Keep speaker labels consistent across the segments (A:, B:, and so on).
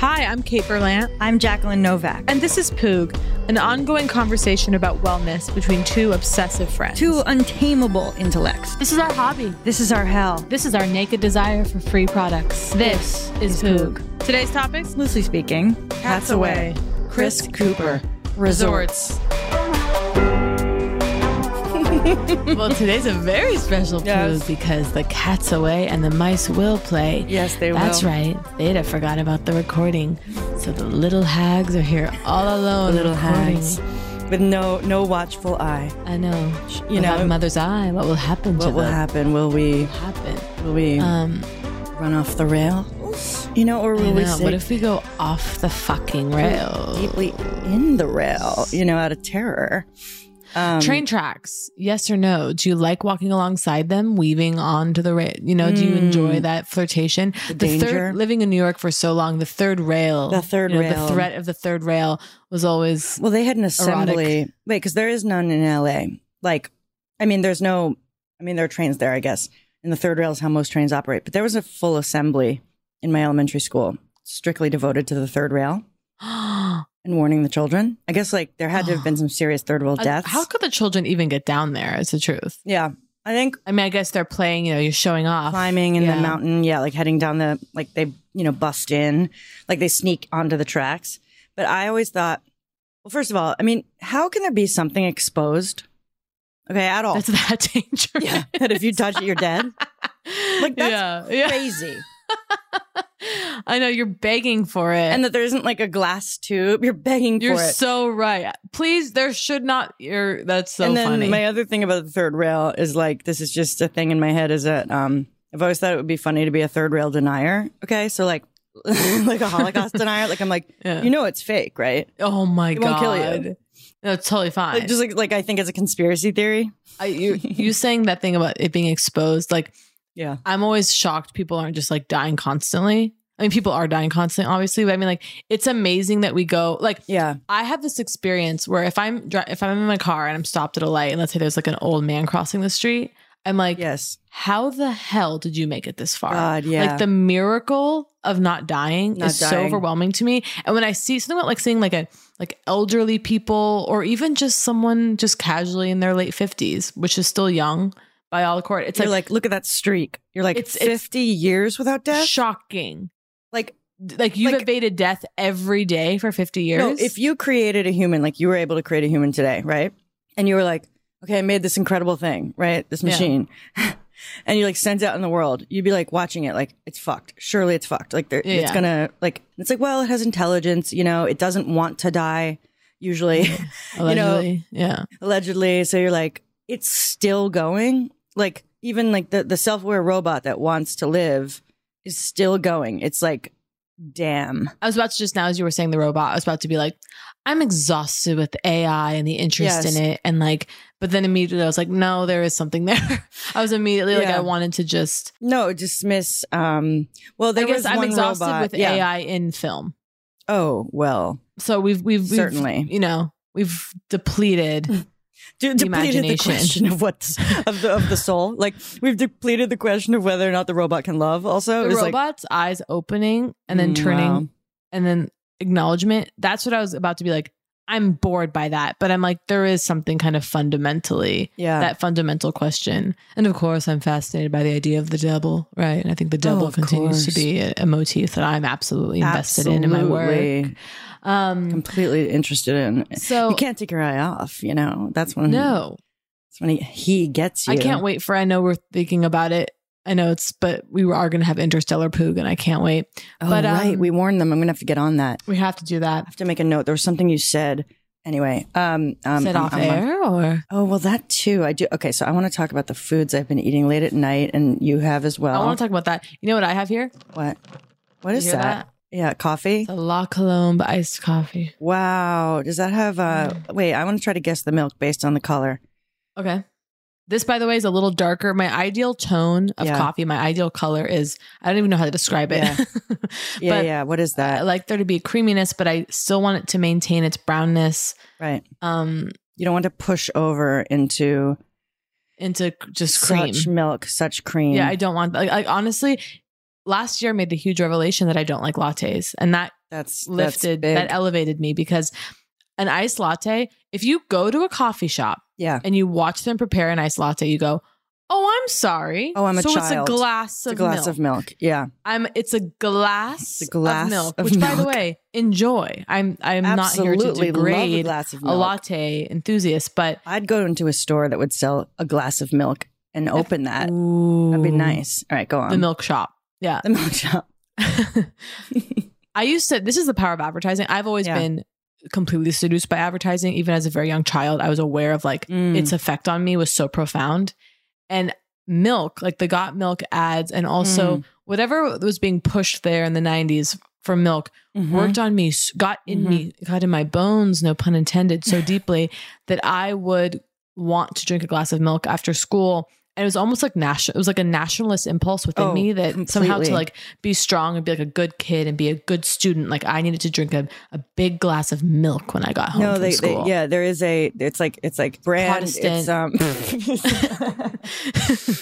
A: Hi, I'm Kate Berlant,
B: I'm Jacqueline Novak.
A: and this is Poog, an ongoing conversation about wellness between two obsessive friends.
B: Two untamable intellects.
C: This is our hobby.
B: This is our hell.
C: This is our naked desire for free products.
A: This
C: is Poog.
A: Today's topics
B: Loosely speaking,
A: Cats Away,
B: Chris Cooper,
A: resorts.
C: well, today's a very special
B: Yes.
C: Poog because the cat's away and the mice will play.
B: Yes, they
C: That's
B: will.
C: right. They'd have forgot about the recording. So the little hags are here all alone.
B: Little
C: recording.
B: hags with no no watchful eye.
C: I know.
B: You
C: Without
B: know-
C: a mother's eye, what will happen to
B: What will
C: them?
B: happen? Will we
C: happen?
B: will we
C: Um,
B: run off the rail? You know, or
C: I
B: will we
C: know.
B: stay
C: What if we go off the fucking rail?
B: deeply in the rail? You know, out of terror. Um,
C: Train tracks, yes or no? Do you like walking alongside them, weaving onto the rail? You know, do you enjoy
B: Mm.
C: that flirtation?
B: The danger.
C: third, living in New York for so long, the third rail,
B: The third
C: you know,
B: rail.
C: the threat of the third rail was always
B: Well, they had an
C: Erotic.
B: assembly. Wait, because there is none in LA. Like, I mean, there's no, I mean, there are trains there, I guess. And the third rail is how most trains operate. But there was a full assembly in my elementary school, strictly devoted to the third rail and warning the children. I guess, like, there had to have been some serious third rail deaths.
C: How could the children even get down there? Is the truth.
B: yeah. I think
C: I mean, I guess they're playing. You know, you're showing off,
B: climbing in
C: Yeah.
B: the mountain. Yeah. Like, heading down the, like, they, you know, bust in, like, they sneak onto the tracks. But I always thought, well, first of all, I mean, how can there be something exposed? Okay, at all.
C: That's that danger.
B: Yeah, that if you touch it, you're dead. Like, that's
C: yeah, yeah.
B: crazy.
C: I know you're begging for it,
B: And that there isn't like a glass tube. You're begging
C: you're
B: for it.
C: so right. Please, there should not. You're that's so
B: and then
C: funny.
B: my other thing about the third rail is like this is just a thing in my head is that um I've always thought it would be funny to be a third rail denier. Okay, so like like a Holocaust denier. Like I'm like
C: Yeah.
B: you know it's fake, right?
C: Oh my
B: It
C: god!
B: won't kill you.
C: No, it's totally fine.
B: Like, just like like I think it's a conspiracy theory.
C: I, you, you saying that thing about it being exposed, like
B: Yeah.
C: I'm always shocked people aren't just like dying constantly. I mean, people are dying constantly, obviously, but I mean, like it's amazing that we go like
B: Yeah.
C: I have this experience where if I'm dri- if I'm in my car and I'm stopped at a light, and let's say there's like an old man crossing the street, I'm like,
B: Yes.
C: how the hell did you make it this far?
B: God, yeah.
C: Like the miracle of not dying
B: Not
C: is so
B: dying.
C: overwhelming to me. And when I see something about like seeing like a like elderly people or even just someone just casually in their late fifties, which is still young by all court, it's
B: You're
C: like,
B: like, look at that streak. You're like
C: It's- it's-
B: 50 years without death.
C: shocking.
B: like
C: Like you've
B: Like-
C: evaded death every day for fifty years.
B: No, if you created a human, like you were able to create a human today, right? And you were like, okay, I made this incredible thing, right? This
C: Yeah.
B: machine. and you like sent it out in the world. You'd be like watching it, like, it's fucked. Surely it's fucked. Like, there,
C: Yeah,
B: it's
C: yeah.
B: gonna, like, it's like, well, it has intelligence, you know, it doesn't want to die, usually, you know,
C: Allegedly. yeah.
B: allegedly. So you're like, it's still going. Like, even like the, the self aware robot that wants to live is still going. It's like, damn.
C: I was about to just now, as you were saying the robot, I was about to be like, I'm exhausted with AI and the interest
B: Yes.
C: in it. And like, but then immediately I was like, no, there is something there. I was immediately like,
B: Yeah.
C: I wanted to just,
B: No, dismiss. Um, well, there
C: I guess
B: was
C: I'm
B: one
C: exhausted
B: robot.
C: with
B: yeah.
C: AI in film.
B: Oh well,
C: So we've, we've, we've
B: Certainly.
C: you know, we've depleted.
B: De- depleted the
C: Imagination.
B: question of what of the of the soul. Like we've depleted the question of whether or not the robot can love. Also,
C: the
B: it was like
C: robot's eyes opening and then
B: Mm,
C: turning
B: wow.
C: and then acknowledgement. That's what I was about to be like. I'm bored by that, but I'm like, there is something kind of fundamentally
B: yeah,
C: that fundamental question. And of course, I'm fascinated by the idea of the devil, right? And I think the
B: Oh,
C: devil
B: of
C: continues to
B: course.
C: be a, a motif that I'm absolutely invested in in my work.
B: Absolutely.
C: Um,
B: completely interested in.
C: so
B: you can't take your eye off. You know that's when
C: no,
B: that's when he, he gets you.
C: I can't wait for. I know we're thinking about it. I know it's, but we are going to have Interstellar Poog, and I can't wait.
B: Oh,
C: but, um,
B: right, we warned them. I'm gonna have to get on that.
C: We have to do that.
B: I have to make a note. There was something you said. Anyway, um, um,
C: Set
B: um,
C: off
B: um, um,
C: air or
B: Oh, well, that too. I do. Okay, so I want to talk about the foods I've been eating late at night, and you have as well.
C: I want to talk about that. You know what I have here?
B: What? What
C: You
B: is
C: hear
B: that? Yeah, coffee.
C: It's a La Colombe iced coffee.
B: Wow. Does that have uh wait, I want to try to guess the milk based on the color.
C: Okay. This, by the way, is a little darker. My ideal tone of
B: Yeah.
C: coffee, my ideal color is I don't even know how to describe it.
B: Yeah. Yeah,
C: but
B: yeah. What is
C: I
B: that?
C: like there to be a creaminess, but I still want it to maintain its brownness
B: right.
C: um,
B: You don't want to push over into
C: into just cream.
B: such milk, such cream.
C: yeah, I don't want. Like, like honestly, last year I made the huge revelation that I don't like lattes, and that
B: that's
C: lifted,
B: That's big.
C: that elevated me because an iced latte. If you go to a coffee shop
B: yeah.
C: and you watch them prepare an iced latte, you go, "Oh, I'm sorry.
B: Oh, I'm a
C: so
B: child.
C: it's a glass
B: It's
C: of
B: a glass
C: milk.
B: of milk. Yeah.
C: I'm. It's a glass,
B: It's a glass
C: of milk.
B: of
C: which, by the
B: milk.
C: way, enjoy. I'm. I'm
B: Absolutely
C: not here to
B: love a
C: degrade
B: glass of milk.
C: a latte enthusiast, but
B: I'd go into a store that would sell a glass of milk and open that. That'd be
C: Ooh.
B: nice. All right, go on.
C: The milk shop. Yeah.
B: The milk shop.
C: I used to. This is the power of advertising. I've always
B: Yeah.
C: been completely seduced by advertising. Even as a very young child, I was aware of like
B: Mm.
C: its effect on me was so profound, and milk, like the Got Milk ads, and also
B: Mm.
C: whatever was being pushed there in the '90s for milk
B: Mhm.
C: worked on me, s- got in me,
B: Mm-hmm.
C: got in my bones, no pun intended, so deeply that I would want to drink a glass of milk after school. And it was almost like national. It was like a nationalist impulse within
B: Oh,
C: me that somehow to
B: completely.
C: like be strong and be like a good kid and be a good student. Like I needed to drink a, a big glass of milk when I got home
B: No,
C: from
B: they, they
C: school.
B: yeah, there is a it's like it's like brand it's
C: Protestant.
B: um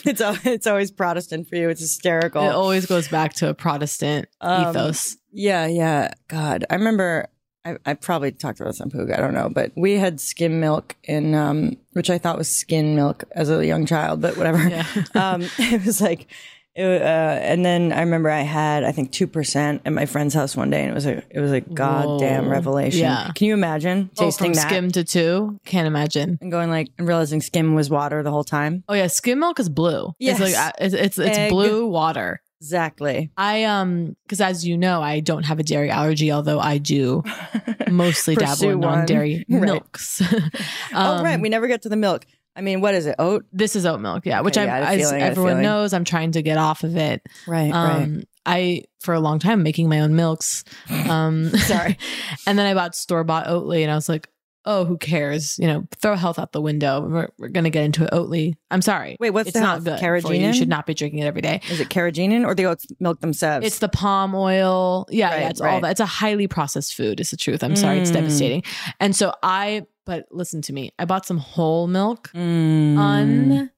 B: it's al- it's always Protestant for you. It's hysterical.
C: It always goes back to a Protestant
B: Um,
C: ethos.
B: yeah, yeah. God. I remember I, I probably talked about this on Poog, I don't know, but we had skim milk in um which I thought was skin milk as a young child, but whatever.
C: Yeah.
B: um it was like it, wa- uh, and then I remember I had I think two percent at my friend's house one day, and it was a it was a goddamn
C: Whoa.
B: revelation.
C: Yeah.
B: Can you imagine
C: Oh,
B: tasting
C: from
B: that?
C: skim to two, can't imagine.
B: and going like and realizing skim was water the whole time.
C: Oh yeah, skim milk is blue.
B: Yes.
C: It's like uh, it's it's,
B: Egg.
C: it's blue water.
B: Exactly.
C: I um because as you know, I don't have a dairy allergy, although I do mostly dabble
B: Pursue
C: in
B: one.
C: non-dairy
B: Right.
C: milks.
B: oh right,
C: Um,
B: we never get to the milk. I mean, what is it? Oat.
C: this is oat milk, yeah, which
B: Okay,
C: I'm,
B: yeah, I had a
C: as
B: feeling, I had a
C: everyone
B: feeling.
C: knows, I'm trying to get off of it.
B: Right.
C: Um, I for a long time making my own milks. Um,
B: Sorry.
C: and then I bought store bought Oatly, and I was like, oh, who cares? You know, throw health out the window. We're, we're gonna get into Oatly. I'm sorry.
B: Wait, what's
C: it's
B: the
C: not
B: health?
C: good. For you.
B: Carrageenan?
C: you should not be drinking it every day.
B: Is it carrageenan or the oat milk themselves?
C: It's the palm oil. Yeah, yeah,
B: Right,
C: it's all
B: right.
C: that. It's a highly processed food, is the truth. I'm sorry, it's
B: Mm.
C: devastating. And so I, but listen to me, I bought some whole milk,
B: Mm.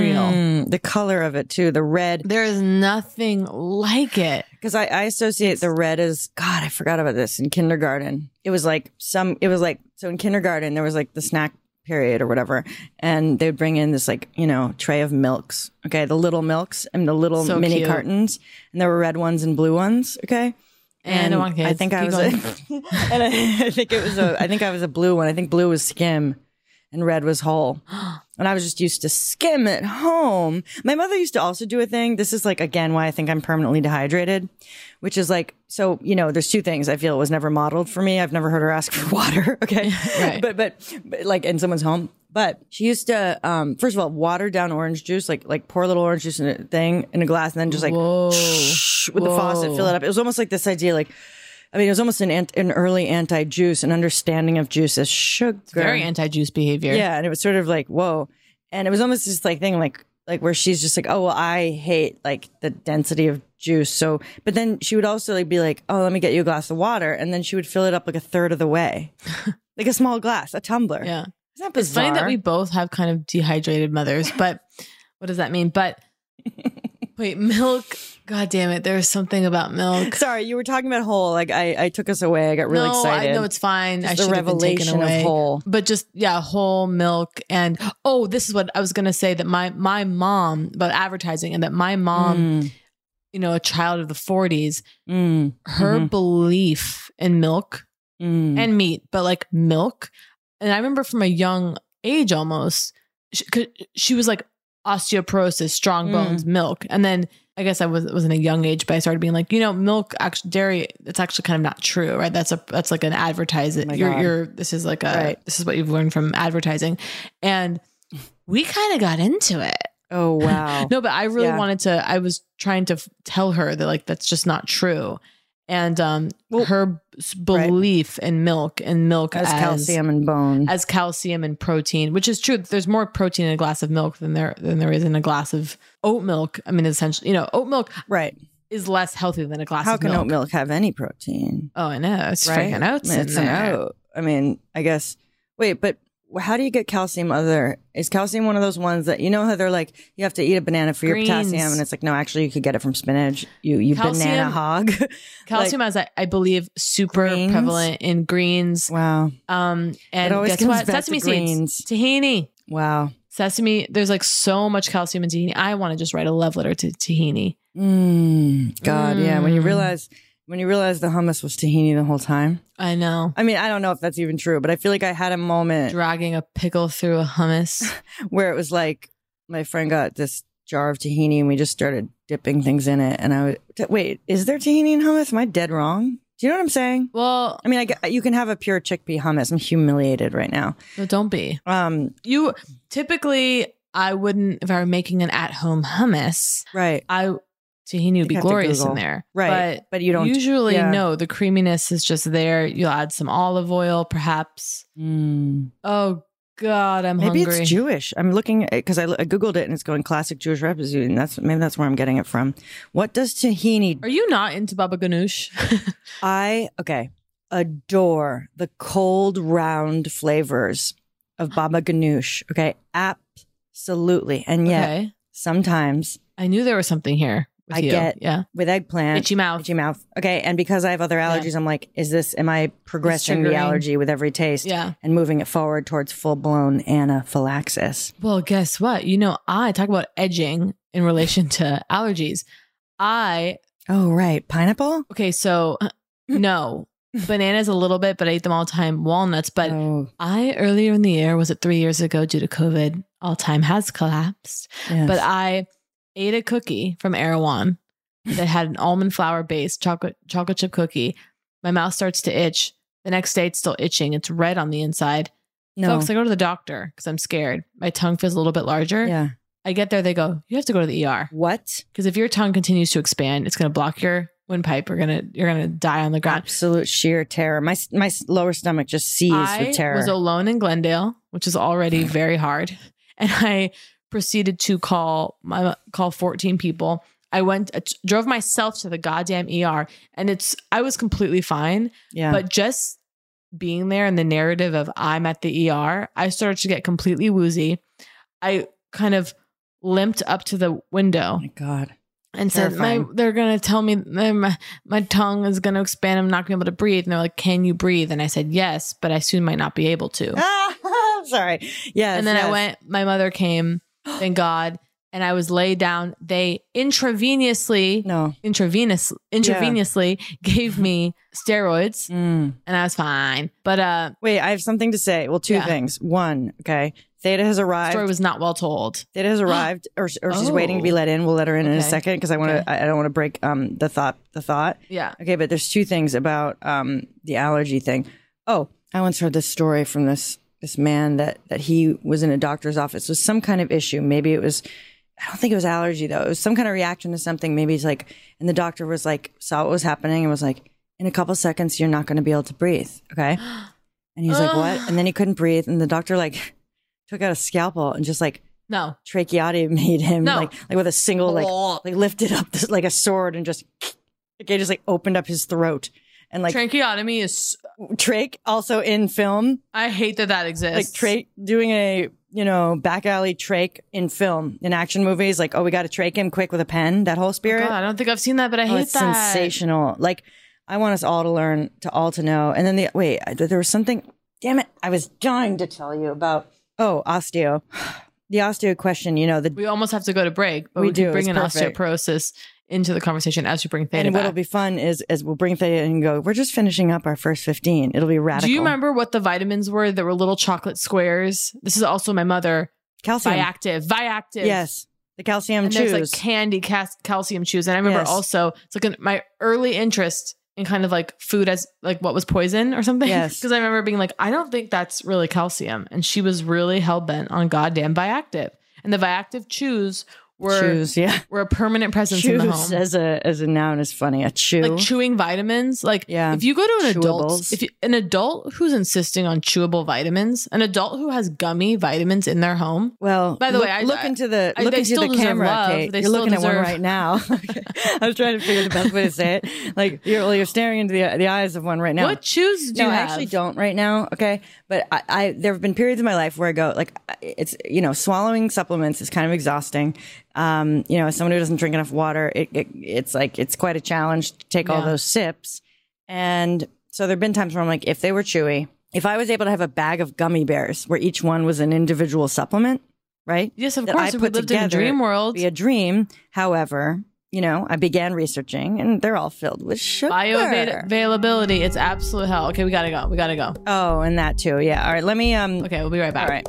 C: Real.
B: The color of it too, the red.
C: There is nothing like it.
B: Because I, I associate the red as God. I forgot about this in kindergarten. It was like some. It was like so in kindergarten there was like the snack period or whatever, and they'd bring in this like you know tray of milks. Okay, the little milks and the little
C: So
B: mini
C: cute.
B: cartons, and there were red ones and blue ones. Okay.
C: And I want kids.
B: think I
C: Keep
B: was, a,
C: going.
B: and I, I think it was a, I think I was a blue one. I think blue was skim, and red was whole. And I was just used to skim at home. My mother used to also do a thing. This is like again why I think I'm permanently dehydrated, which is like so you know there's two things I feel it was never modeled for me. I've never heard her ask for water. Okay,
C: Right.
B: but, but but like in someone's home. But she used to um, first of all water down orange juice, like like pour a little orange juice in a thing in a glass, and then just like
C: Whoa.
B: with the faucet,
C: Whoa.
B: fill it up. It was almost like this idea, like, I mean, it was almost an ant- an early anti juice, an understanding of juice as sugar.
C: Very anti juice behavior.
B: yeah, and it was sort of like whoa, and it was almost this like thing, like like where she's just like, oh well, I hate like the density of juice. So, but then she would also like be like, oh, let me get you a glass of water, and then she would fill it up like a third of the way, like a small glass, a tumbler.
C: Yeah.
B: Isn't that
C: It's
B: bizarre?
C: funny that we both have kind of dehydrated mothers, but what does that mean? But wait, milk. God damn it. There's something about milk.
B: Sorry, you were talking about whole. Like I, I took us away. I got really
C: no,
B: excited.
C: I know it's fine.
B: Just
C: I
B: the
C: should have been taken
B: revelation of
C: away.
B: whole.
C: But just yeah, whole milk and oh, this is what I was gonna say that my my mom about advertising and that my mom, you know, a child of the 40s,
B: Mm,
C: her
B: Mhm.
C: belief in milk
B: mm.
C: and meat, but like milk. And I remember from a young age almost, she, 'cause she was like osteoporosis, strong
B: Mm.
C: bones, milk. And then I guess I was wasn't a young age, but I started being like, you know, milk, actually, dairy, it's actually kind of not true, right? That's a that's like an advertising.
B: Oh my
C: you're,
B: God.
C: you're this is like a
B: Right.
C: this is what you've learned from advertising, and we kind of got into it.
B: oh wow.
C: No, but I really
B: Yeah.
C: wanted to. I was trying to f- tell her that like that's just not true, and um,
B: Well,
C: her s-
B: right.
C: belief in milk and milk
B: as, calcium and bone.
C: as calcium and protein, which is true. There's more protein in a glass of milk than there than there is in a glass of oat milk. I mean, essentially, you know, oat milk
B: right.
C: is less healthy than a glass
B: How
C: of
B: can
C: milk.
B: oat milk have any protein?
C: Oh, I know. It's
B: right?
C: freaking oats.
B: I mean, it's
C: in
B: an
C: there.
B: oat. I mean, I guess. Wait, but how do you get calcium? Other is calcium one of those ones that you know how they're like you have to eat a banana for
C: Greens.
B: your potassium, and it's like no, actually you could get it from spinach. You you
C: Calcium-
B: banana hog.
C: Calcium is, I, I believe, super
B: Greens?
C: prevalent in greens.
B: wow,
C: Um, and
B: always
C: guess
B: comes
C: what?
B: back to
C: Sesame
B: greens.
C: seeds, tahini.
B: wow.
C: sesame there's like so much calcium in tahini i want to just write a love letter to tahini
B: Mm, God, yeah. When you
C: Mm.
B: realize when you realize the hummus was tahini the whole time.
C: i know
B: I mean, I don't know if that's even true, but I feel like I had a moment
C: dragging a pickle through a hummus
B: where it was like my friend got this jar of tahini and we just started dipping things in it. And I was, t- wait, is there tahini in hummus? Am I dead wrong? Do you know what I'm saying?
C: well
B: I mean, I get, you can have a pure chickpea hummus. I'm humiliated right now.
C: no, don't be
B: Um,
C: you typically i wouldn't if i were making an at-home hummus
B: right,
C: i tahini would be
B: have to
C: glorious in
B: Google.
C: there
B: right.
C: but
B: But, you don't.
C: usually
B: yeah.
C: no the creaminess is just there you'll add some olive oil perhaps
B: Mm.
C: oh god i'm
B: maybe
C: hungry
B: it's Jewish. I'm looking because I, I googled it and it's going classic Jewish recipe, and that's maybe that's where I'm getting it from. What does tahini
C: are you not into baba ganoush
B: I okay adore the cold round flavors of baba ganoush. Okay, absolutely. And yet
C: okay
B: sometimes
C: i knew there was something here with
B: I
C: you
B: get-
C: yeah
B: with eggplant,
C: itchy mouth
B: itchy mouth. Okay, and because I have other
C: Yeah.
B: allergies, I'm like, is this? Am I progressing the
C: triggering.
B: allergy with every taste
C: yeah
B: and moving it forward towards full blown anaphylaxis?
C: Well, guess what? You know, I talk about edging in relation to allergies. I,
B: Oh right, pineapple.
C: okay, so uh, no, bananas a little bit, but I eat them all the time. Walnuts, but
B: oh,
C: I earlier in the year, was it three years ago due to COVID, all time has collapsed.
B: yes.
C: But I ate a cookie from Erewhon that had an almond flour based chocolate chocolate chip cookie. My mouth starts to itch. The next day, it's still itching. It's red on the inside.
B: no,
C: Folks, I go to the doctor because I'm scared. My tongue feels a little bit larger.
B: yeah.
C: I get there, they go, you have to go to the ER.
B: What?
C: Because if your tongue continues to expand, it's going to block your windpipe. You're gonna you're gonna die on the ground.
B: Absolute sheer terror. My my lower stomach just seized
C: I
B: with terror.
C: was alone in Glendale, which is already very hard, and I proceeded to call my call 14 people. I went I t- drove myself to the goddamn ER, and it's I was completely fine,
B: yeah.
C: but just being there and the E narrative of I'm at the ER, I started to get completely woozy. I kind of limped up to the window
B: Oh my God.
C: and said, "My,
B: Terrifying.
C: they're gonna tell me my, my- my tongue is gonna expand. I'm not gonna be able to breathe." And they're like, "Can you breathe?" And I said, "Yes, but I soon might not be able to."
B: Ah, I'm sorry. Yes.
C: and then I
B: yes.
C: went. My mother came, thank God, and I was laid down. They intravenously,
B: No.
C: intravenous, intravenously gave me steroids,
B: Mm.
C: and I was fine. But uh,
B: Wait, I have something to say. Well, two
C: Yeah.
B: things. One, okay. Theta has arrived.
C: story was not well told.
B: Theta has arrived, or, or she's
C: Oh.
B: waiting to be let in. We'll let her in in a
C: Okay.
B: second because I want to.
C: Okay.
B: I I don't want to break um the thought. The thought.
C: Yeah,
B: Okay, but there's two things about um the allergy thing. Oh, I once heard this story from this this man that that he was in a doctor's office with some kind of issue. Maybe it was I don't think it was allergy though. It was some kind of reaction to something. Maybe it's like and the doctor was like saw what was happening and was like, in a couple seconds you're not gonna be able to breathe. Okay. And he's like, What? And then he couldn't breathe and the doctor like took out a scalpel and just like
C: no,
B: tracheotomy made him
C: No. Oh.
B: like like with a single like like lifted up this, like a sword and just okay just like opened up his throat and like
C: tracheotomy is.
B: Trake also in film
C: I hate that that
B: like
C: exists.
B: Trake doing a you know back alley Trake in film in action movies like oh we got to Trake him quick with a pen that whole spirit
C: Oh, God, I don't think I've seen that, but I
B: oh,
C: hate
B: it's
C: that.
B: sensational like I want us all to learn to all to know and then the wait I- there was something damn it I was dying to tell you about oh osteo the osteo question you know the
C: We almost have to go to break, but
B: We
C: we, can
B: do.
C: bring
B: It's
C: an
B: perfect.
C: osteoporosis into the conversation as we bring Theta
B: and what'll
C: back.
B: be fun is is we'll bring Thea in and go, we're just finishing up our first 15. It'll be radical.
C: Do you remember what the vitamins were that were little chocolate squares? This is also my mother.
B: calcium?
C: Viactive. Viactive.
B: Yes. The calcium
C: And
B: chews.
C: there's like candy cas- calcium chews. And I remember
B: Yes.
C: also, it's like an, my early interest in kind of like food as like what was poison or something.
B: Yes.
C: Because I remember being like, I don't think that's really calcium. And she was really hell bent on goddamn Viactive. And the Viactive chews were
B: chews, yeah.
C: were a permanent presence in the
B: Chews
C: home.
B: as a as a noun is funny. A chew.
C: like chewing vitamins. Like
B: Yeah.
C: if you go to an
B: Chewables.
C: adult, if you, an adult who's insisting on chewable vitamins, an adult who has gummy vitamins in their home,
B: well,
C: By the
B: look,
C: way, I-
B: look into the
C: I-
B: look
C: they
B: into
C: still
B: the
C: deserve
B: camera,
C: love.
B: Kate.
C: They
B: you're
C: still
B: looking at one
C: deserve-
B: right now. Okay. I was trying to figure the best way to say it. Like you're well, you're staring into the the eyes of one right now.
C: what chews do
B: no,
C: you
B: I
C: have?
B: actually don't right now. Okay, but I, I there have been periods in my life where I go like I- it's you know swallowing supplements is kind of exhausting. Um, you know, as someone who doesn't drink enough water, it, it it's like it's quite a challenge to take all
C: Yeah.
B: those sips. And so there've been times where I'm like, if they were chewy, if I was able to have a bag of gummy bears where each one was an individual supplement, right?
C: Yes, of
B: that
C: course.
B: I
C: If we
B: put
C: lived in a
B: together,
C: dream
B: it
C: world.
B: would be a dream. However, you know, I began researching, and they're all filled with sugar.
C: Bioavailability. It's absolute hell. Okay, we gotta go. We gotta go.
B: Oh, and that too. Yeah. All right. Let me. Um.
C: Okay, we'll be right
B: All
C: back.
B: right.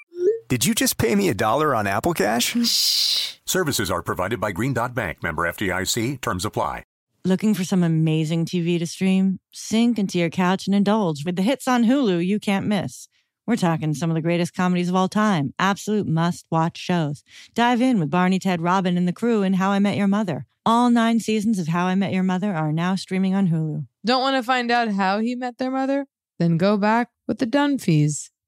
D: Did you just pay me a dollar on Apple Cash?
E: Services are provided by Green Dot Bank, member FDIC. Terms apply.
F: Looking for some amazing TV to stream? Sink into your couch and indulge with the hits on Hulu you can't miss. We're talking some of the greatest comedies of all time, absolute must watch shows. Dive in with Barney, Ted, Robin, and the crew in How I Met Your Mother. All nine seasons of How I Met Your Mother are now streaming on Hulu.
A: Don't want to find out how he met their mother? Then go back with the Dunphys,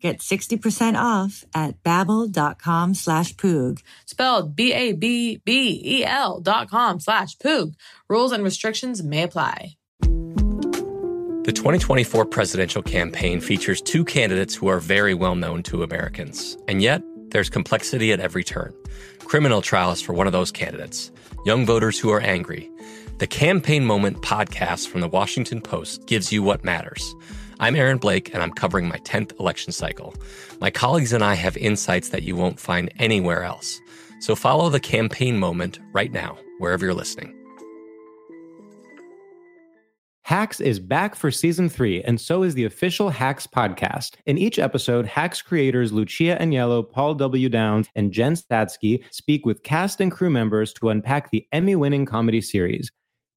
F: Get 60% off at babbel.com slash poog.
G: Spelled B A B B E L dot com slash poog. Rules and restrictions may apply.
H: The 2024 presidential campaign features two candidates who are very well known to Americans. And yet, there's complexity at every turn. Criminal trials for one of those candidates, young voters who are angry. The Campaign Moment podcast from the Washington Post gives you what matters. I'm Aaron Blake, and I'm covering my 10th election cycle. My colleagues and I have insights that you won't find anywhere else. So follow the Campaign Moment right now, wherever you're listening.
I: Hacks is back for season three, and so is the official Hacks podcast. In each episode, Hacks creators Lucia Agnello, Paul W. Downs, and Jen Statsky speak with cast and crew members to unpack the Emmy winning comedy series.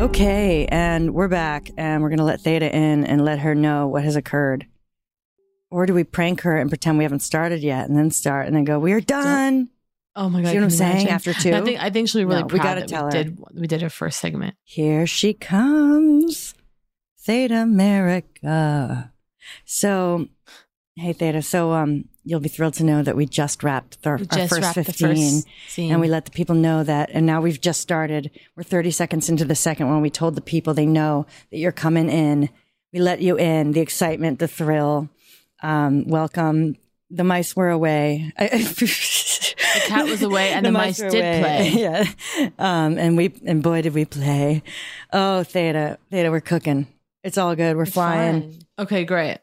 B: Okay, and we're back, and we're gonna let Theta in and let her know what has occurred. Or do we prank her and pretend we haven't started yet, and then start, and then go, "We are done."
C: Oh my god!
B: See what
C: can
B: I'm
C: you
B: saying?
C: imagine?
B: After two,
C: I think I think she'll be really
B: No,
C: proud
B: we gotta
C: that
B: tell
C: we
B: her.
C: did we did her first segment.
B: Here she comes, Theta America. So, hey Theta, so um, you'll be thrilled to know that we just wrapped th-
C: We
B: our
C: just
B: first
C: wrapped the first
B: fifteen,
C: scene.
B: and we let the people know that. And now we've just started. We're thirty seconds into the second one. We told the people they know that you're coming in. We let you in. The excitement, the thrill. Um, welcome. The mice were away. the
C: cat was away and the mice
B: were
C: did play.
B: away. yeah. Um, and we and boy did we play. Oh, Theta, Theta, we're cooking. It's all good. We're flying.
C: Okay, great.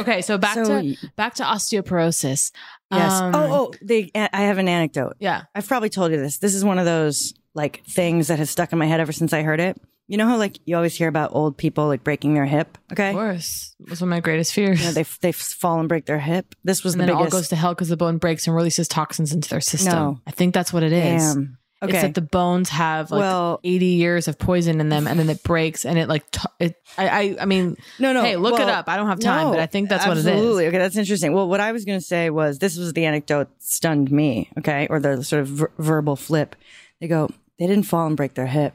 C: Okay, so back
B: So-
C: to back to osteoporosis.
B: Yes.
C: Um,
B: oh, oh, they, I have an anecdote.
C: Yeah.
B: I've probably told you this. This is one of those like things that has stuck in my head ever since I heard it. You know how like you always hear about old people like breaking their hip. Okay.
C: Of course, it was one of my greatest fears.
B: You know, they they fall and break their hip. This was
C: and
B: the
C: then it all
B: biggest.
C: goes to hell because the bone breaks and releases toxins into their system.
B: No.
C: I think that's what it is.
B: Damn.
C: It's
B: Okay.
C: that the bones have like
B: Well-
C: 80 years of poison in them and then it breaks and it like, t- it, I, I, I mean,
B: no, no.
C: Hey, look it
B: well,
C: up. I don't have time,
B: no,
C: but I think that's what it
B: absolutely.
C: is.
B: Okay, that's interesting. Well, what I was going to say was this was the anecdote that stunned me. Okay, or the sort of ver- verbal flip. They go, they didn't fall and break their hip.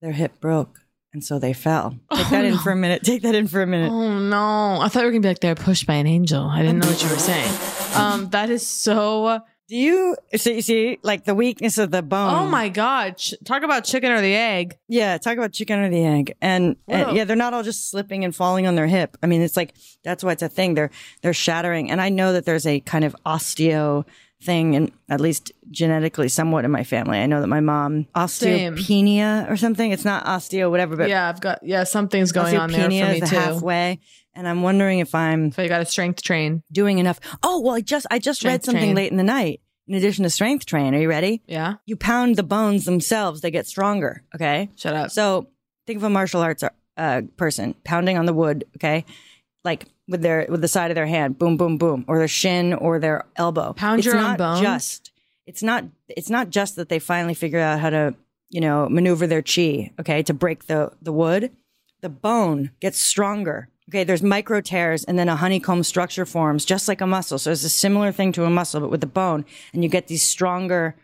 B: Their hip broke, and so they fell. Take that in for a minute. Take that in for a minute.
C: Oh no. I thought we were going to be like, they're pushed by an angel. I didn't know what you were saying. Um, that is so,
B: Do you so you see like the weakness of the bone?
C: oh my God. Ch- talk about chicken or the egg.
B: Yeah, talk about chicken or the egg, and, and
C: Whoa.
B: yeah, they're not all just slipping and falling on their hip. I mean, it's like that's why it's a thing. They're they're shattering, and I know that there's a kind of osteo thing, and at least genetically, somewhat in my family. I know that my mom
C: Same.
B: osteopenia or something. It's not osteo, whatever, but
C: yeah, I've got, yeah, something's going on there for
B: osteopenia
C: me
B: is the
C: too.
B: halfway. And I'm wondering if I'm
C: So you got to strength train.
B: doing enough. Oh well, I just I just read
C: Strength
B: something
C: train.
B: late in the night. In addition to strength train, are you ready?
C: Yeah.
B: you pound the bones themselves, they get stronger. Okay.
C: Shut up.
B: So think of a martial arts uh, person pounding on the wood. Okay. Like with their, with the side of their hand, boom, boom, boom, or their shin or their elbow.
C: Pound
B: it's
C: your own
B: not
C: bones?
B: Just, it's not, it's not just that they finally figure out how to, you know, maneuver their chi. Okay. To break the, the wood, the bone gets stronger. Okay. There's micro tears and then a honeycomb structure forms just like a muscle. So it's a similar thing to a muscle, but with the bone and you get these stronger,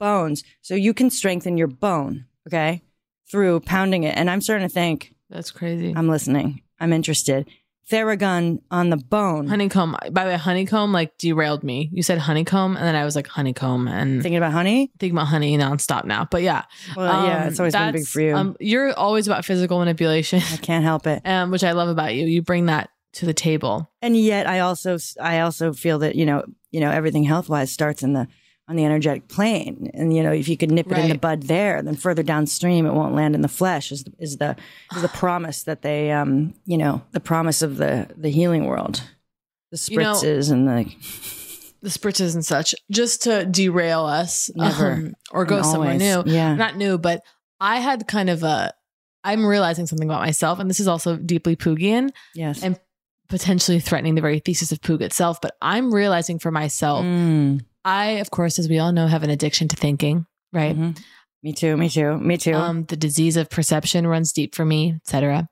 B: bones. So you can strengthen your bone, okay, through pounding it. And I'm starting to think,
C: That's crazy.
B: I'm listening, I'm interested. Theragun on the bone.
C: honeycomb. By the way, honeycomb like derailed me. You said honeycomb, and then I was like honeycomb, and
B: Thinking about honey?
C: thinking about honey nonstop now. But yeah,
B: Well,
C: Um,
B: yeah, it's always been big
C: that's-
B: for you.
C: Um, you're always about physical manipulation,
B: I can't help it.
C: um, which I love about you. You bring that to the table.
B: And yet I also I also feel that, you know, you know, everything health-wise starts in the on the energetic plane. And you know, if you could nip it in the
G: Right.
B: bud there, then further downstream it won't land in the flesh. Is the, is the is the promise that they um you know the promise of the the healing world, the
C: You know-
B: spritzes and the
C: the spritzes and such just to derail us
B: Never.
C: or go
B: And
C: somewhere new
B: always. Yeah.
C: not new but i had kind of a i'm realizing something about myself and this is also deeply poogian
B: yes
C: and potentially threatening the very thesis of poog itself but i'm realizing for
B: Mm.
C: myself i of course as we all know have an addiction to thinking right
B: me too me too me too
C: um, the disease of perception runs deep for me etc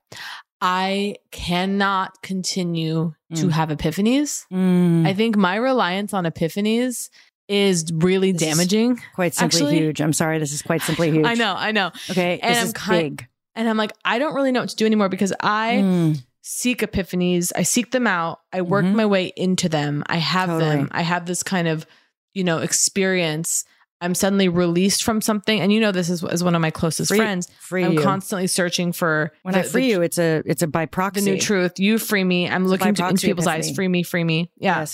C: i cannot continue to
B: Mm.
C: have epiphanies
B: Mm.
C: I think my reliance on epiphanies is really
B: This is
C: damaging.
B: quite simply
C: Actually,
B: huge. I'm sorry, this is quite simply huge.
C: I know, I know.
B: Okay,
C: and
B: this
C: I'm
B: is
C: kind,
B: big.
C: and I'm like, I don't really know what to do anymore because I seek epiphanies. I seek them out. I work my way into them. I have them.
G: Totally.
C: I have this kind of, you know, experience. I'm suddenly released from something, and you know, this is as one of my closest
B: Free-
C: friends.
B: free
C: I'm
B: you.
C: constantly searching for
B: When
C: the-
B: I free
C: the-
B: you, it's a it's a by proxy.
C: the new truth. You free me. I'm
B: It's a
C: looking
B: by
C: to, into
B: proxy
C: people's eyes.
B: epiphany.
C: Free me, free me. Yeah.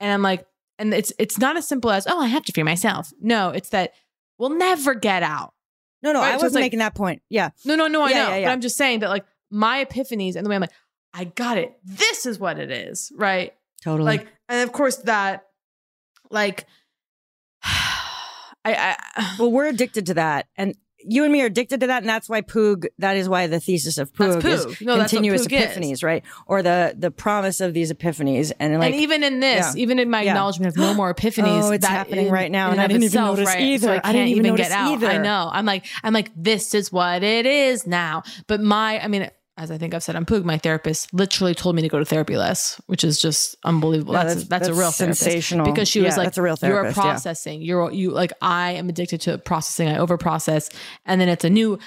C: And I'm like, and it's it's not as simple as oh, I have to free myself. No, it's that we'll never get out.
B: No, no,
C: Right?
B: I
C: So it's
B: wasn't
C: like-
B: making that point. Yeah.
C: No, no, no. I
B: Yeah,
C: know,
B: yeah,
C: but
B: yeah.
C: I'm just saying that like my epiphanies and the way I'm like, I got it. This is what it is, right?
B: Totally.
C: Like, and of course that, like, I, I
B: well, we're addicted to that, and you and me are addicted to that, and that's why Poog. That is why the thesis of
C: That's
B: Poog, is
C: Poog. No, that's what
B: continuous
C: Poog is.
B: epiphanies, right? Or the the promise of these epiphanies, and like
C: and even in this,
B: Yeah.
C: even in my
B: Yeah.
C: acknowledgement of no more epiphanies,
B: Oh, it's
C: that
B: happening
C: in-
B: right now, and
C: in
B: I
C: of
B: didn't even
C: itself,
B: notice
C: right?
B: either.
C: So I,
B: I didn't
C: didn't
B: even
C: even,
B: notice
C: get out. I
B: either.
C: know. I'm like, I'm like, this is what it is now. But my, I mean, as I think I've said on Poog, my therapist literally told me to go to therapy less, which is just unbelievable.
B: No,
C: that's, that's
B: that's-
C: a
B: that's
C: real therapist.
B: sensational.
C: because she was
B: Yeah,
C: like,
B: that's a real
C: You're
B: therapist, yeah.
C: processing. You're you like I am addicted to processing. I overprocess, and then it's a new.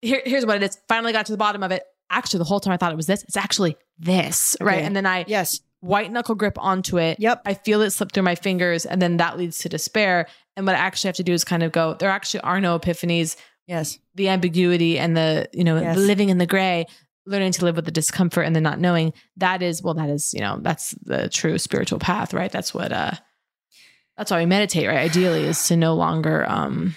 C: Here, here's what it is. Finally got to the bottom of it. Actually, the whole time I thought it was this. It's actually this, right?
B: Okay.
C: And then I
B: yes
C: white knuckle grip onto it. Yep. I feel it slip through my fingers, and then that leads to despair. And what I actually have to do is kind of go. There actually are no epiphanies.
B: Yes.
C: The ambiguity and the you know
B: Yes.
C: living in the gray, learning to live with the discomfort and the not knowing. That is well, that is you know that's the true spiritual path, right? That's what uh, that's why we meditate, right? Ideally, is to no longer um,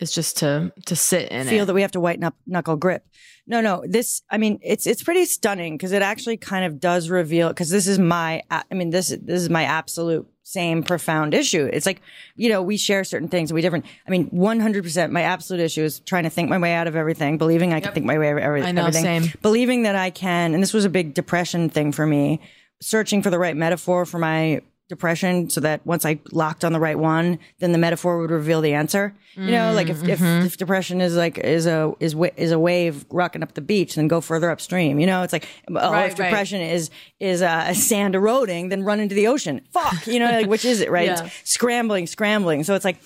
C: is just to to sit in
B: feel
C: it.
B: that we have to whiten up knuckle grip. No, no, this. I mean, it's it's pretty stunning because it actually kind of does reveal. Because this is my. I mean, this this is my absolute same profound issue. It's like you know we share certain things. We different. I mean, one hundred percent. My absolute issue is trying to think my way out of everything, believing I can think my way out of every-
C: I know,
B: everything,
C: same.
B: believing that I can. And this was a big depression thing for me. Searching for the right metaphor for my depression so that once I locked on the right one, then the metaphor would reveal the answer. You know, like if, if
C: Mhm.
B: if depression is like is a is wa- is a wave rocking up the beach, then go further upstream. You know, it's like oh,
C: Right,
B: if
C: right.
B: depression is is uh, sand eroding, then run into the ocean. Fuck, you know, like which is it, right?
C: Yeah.
B: It's scrambling, scrambling. So it's like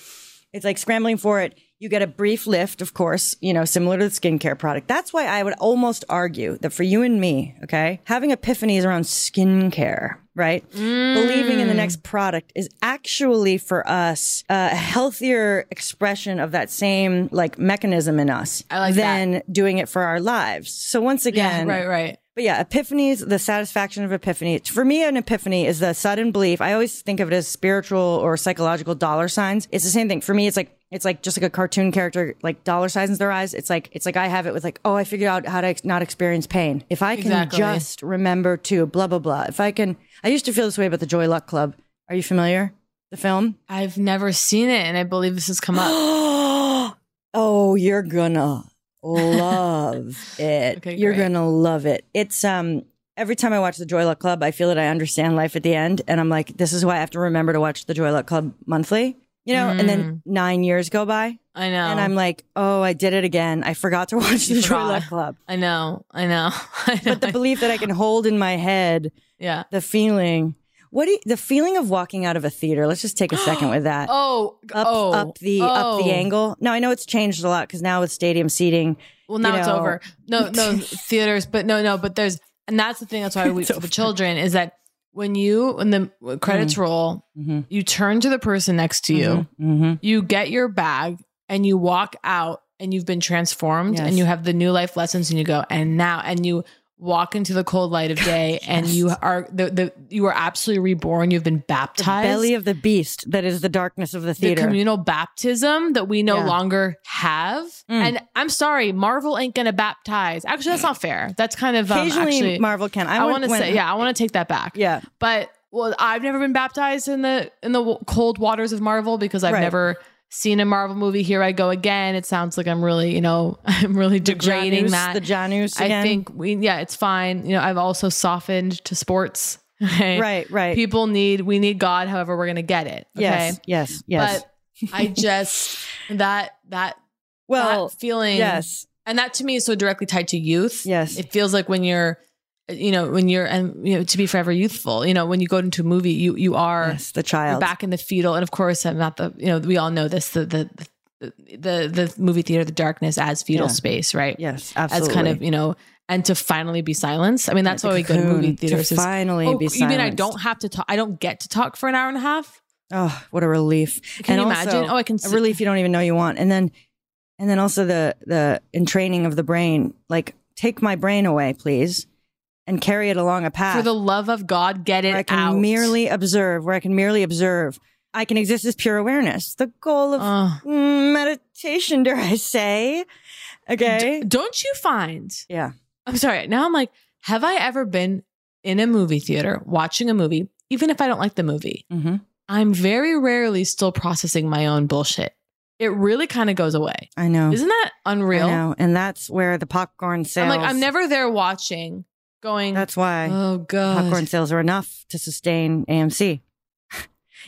B: it's like scrambling for it. You get a brief lift, of course, you know, similar to the skincare product. That's why I would almost argue that for you and me, okay, having epiphanies around skincare, right?
C: Mm.
B: Believing in the next product is actually for us a healthier expression of that same like mechanism in us
C: like that.
B: than doing it for our lives. So once again,
C: right, right.
B: but yeah, epiphanies, the satisfaction of epiphany. For me, an epiphany is the sudden belief. I always think of it as spiritual or psychological dollar signs. It's the same thing. For me, it's like, it's like just like a cartoon character, like dollar signs in their eyes. It's like, it's like I have it with like, oh, I figured out how to ex- not experience pain. If I can
C: Exactly.
B: just remember to blah, blah, blah. If I can, I used to feel this way about the Joy Luck Club. Are you familiar? The film?
C: I've never seen it, and I believe this has come up.
B: Oh, you're gonna love it.
C: Okay,
B: you're
C: great.
B: gonna love it. It's um every time I watch the Joy Luck Club, I feel that I understand life at the end, and I'm like, this is why I have to remember to watch the Joy Luck Club monthly. You know, and then nine years go by.
C: Mm. I know.
B: And I'm like, oh, I did it again. I forgot to watch
C: You
B: the Joy
C: forgot.
B: Luck Club.
C: I know, I know.
B: But the belief that I can hold in my head
C: yeah.
B: the feeling. What do you, the feeling of walking out of a theater? Let's just take a second with that
C: Oh, g-
B: up,
C: oh,
B: up the up
C: oh.
B: the angle. No, I know it's changed a lot because now with stadium seating.
C: Well,
B: you
C: now it's
B: know-
C: over. No, no theaters, but no, no, but there's, and that's the thing. That's why we for the children is that when you when the when
B: Mm.
C: credits roll,
B: Mm-hmm.
C: you turn to the person next to you, you get your bag, and you walk out, and you've been transformed,
B: Yes.
C: and you have the new life lessons, and you go, and now, and you
D: walk into the cold light of day and you are the, the you are absolutely reborn. You've been baptized.
B: belly of the beast that is the darkness of the theater.
D: The communal baptism that we no
B: Yeah. Mm.
D: longer have. And I'm sorry, Marvel ain't gonna baptize. Actually, that's not fair. That's kind of um,
B: Occasionally,
D: actually-
B: Marvel can. I
D: I,
B: went-
D: want to
B: when-
D: say, yeah, I want to take that back.
B: Yeah.
D: but well, I've never been baptized in the in the w- cold waters of Marvel because I've
B: Right.
D: never seen a Marvel movie. Here I go again. It sounds like I'm really, you know, I'm really degrading
B: Janus-
D: that
B: the Janus
D: I
B: again.
D: think we, yeah, it's fine. You know, I've also softened to sports. okay?
B: Right, right.
D: People need we need God. However, we're gonna get it. Okay?
B: Yes, yes, yes.
D: But I just that that
B: Well,
D: that feeling
B: yes.
D: and that to me is so directly tied to youth.
B: Yes.
D: It feels like when you're, you know, when you're, and you know, to be forever youthful, you know, when you go into a movie, you, you are
B: Yes, the child.
D: you're back in the fetal. And of course I'm not the, you know, we all know this, the, the, the, the, the movie theater, the darkness as fetal
B: Yeah.
D: space, right?
B: Yes,
D: As kind of,
B: absolutely.
D: you know, and to finally be silenced. I mean, that's
B: Like
D: why
B: the
D: we go to movie
B: cocoon, to
D: theaters. is,
B: finally
D: oh,
B: be
D: You mean I
B: silenced.
D: don't have to talk? I don't get to talk for an hour and a half.
B: Oh, what a relief!
D: Can you
B: And also,
D: imagine? Oh, I can
B: a
D: see-
B: relief you don't even know you want, and then, and then also the the entraining of the brain. Like, take my brain away, please, and carry it along a path
D: For the love of God, get it
B: where I can
D: out.
B: merely observe. Where I can merely observe. I can exist as pure awareness. The goal of
C: uh,
B: mm,
D: Ugh.
B: meditation, dare I say? Okay.
D: D- don't you find?
B: yeah.
D: I'm sorry. Now I'm like, have I ever been in a movie theater watching a movie, even if I don't like the movie?
B: Mm-hmm.
D: I'm very rarely still processing my own bullshit. It really kind of goes away.
B: I know.
D: Isn't that unreal?
B: I know. And that's where the popcorn sales.
D: I'm like, I'm never there watching, going,
B: That's why.
D: oh God.
B: popcorn sales are enough to sustain AMC.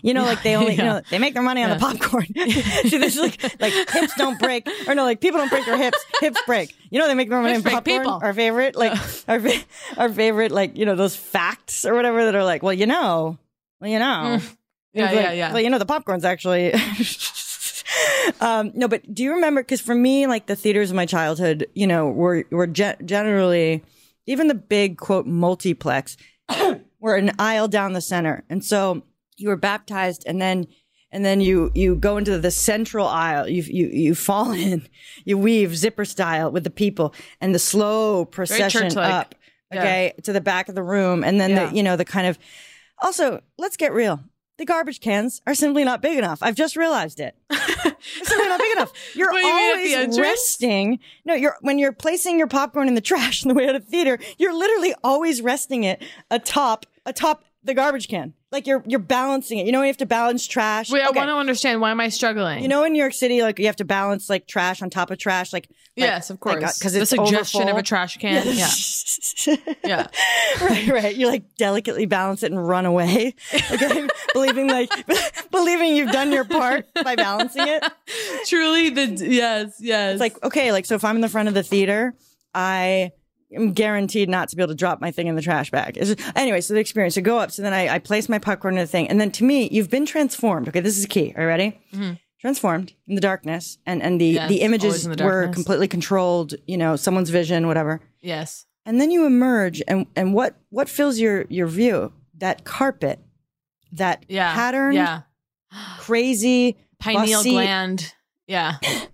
B: You know, like they only you
D: Yeah.
B: know they make their money on the
D: Yeah.
B: popcorn. See, there's like like hips don't break, or no, like people don't break their hips. Hips break. You know, they make their money
D: Hips
B: on
D: break
B: popcorn.
D: people.
B: Our favorite, like our fa- our favorite, like you know those facts or whatever that are like, well, you know, well, you know,
D: Mm. Yeah,
B: It's like,
D: yeah, yeah.
B: Well, you know, the popcorn's actually. um, no, but do you remember? Because for me, like the theaters of my childhood, you know, were were ge- generally even the big quote multiplex were an aisle down the center, and so you were baptized, and then and then you you go into the central aisle. You you you fall in, you weave zipper style with the people, and the slow procession
D: church-like.
B: up.
D: Yeah.
B: Okay, to the back of the room, and then
D: Yeah.
B: the you know the kind of also, let's get real. The garbage cans are simply not big enough. I've just realized it. They're simply not big enough. You're
D: What, you mean at the
B: always
D: entrance?
B: resting. No, you're when you're placing your popcorn in the trash on the way out of the theater, you're literally always resting it atop atop the garbage can. Like you're you're balancing it. You know when you have to balance trash.
D: Wait, I
B: Okay.
D: want to understand why am I struggling?
B: You know, in New York City, like you have to balance like trash on top of trash, like, like-
D: yes, of
B: like,
D: course.
B: because
D: the
B: it's
D: suggestion of
B: overfull.
D: a trash can.
B: Yes.
D: Yeah, yeah.
B: right, right. You like delicately balance it and run away, okay? believing like believing you've done your part by balancing it.
D: Truly, the yes, yes.
B: It's like okay, like so if I'm in the front of the theater, I am guaranteed not to be able to drop my thing in the trash bag. It's just- anyway, so the experience. So go up. So then I, I place my popcorn in the thing, and then to me, you've been transformed. Okay, this is key. Are you ready? Transformed in the darkness, and and the
D: Mm-hmm. Yes,
B: the
D: always
B: images
D: in the
B: were
D: darkness.
B: completely controlled. You know, someone's vision, whatever
D: yes.
B: and then you emerge and and what what fills your your view that carpet that
D: Yeah.
B: patterned
D: Yeah.
B: crazy
D: Pineal
B: bossy
D: gland. Yeah.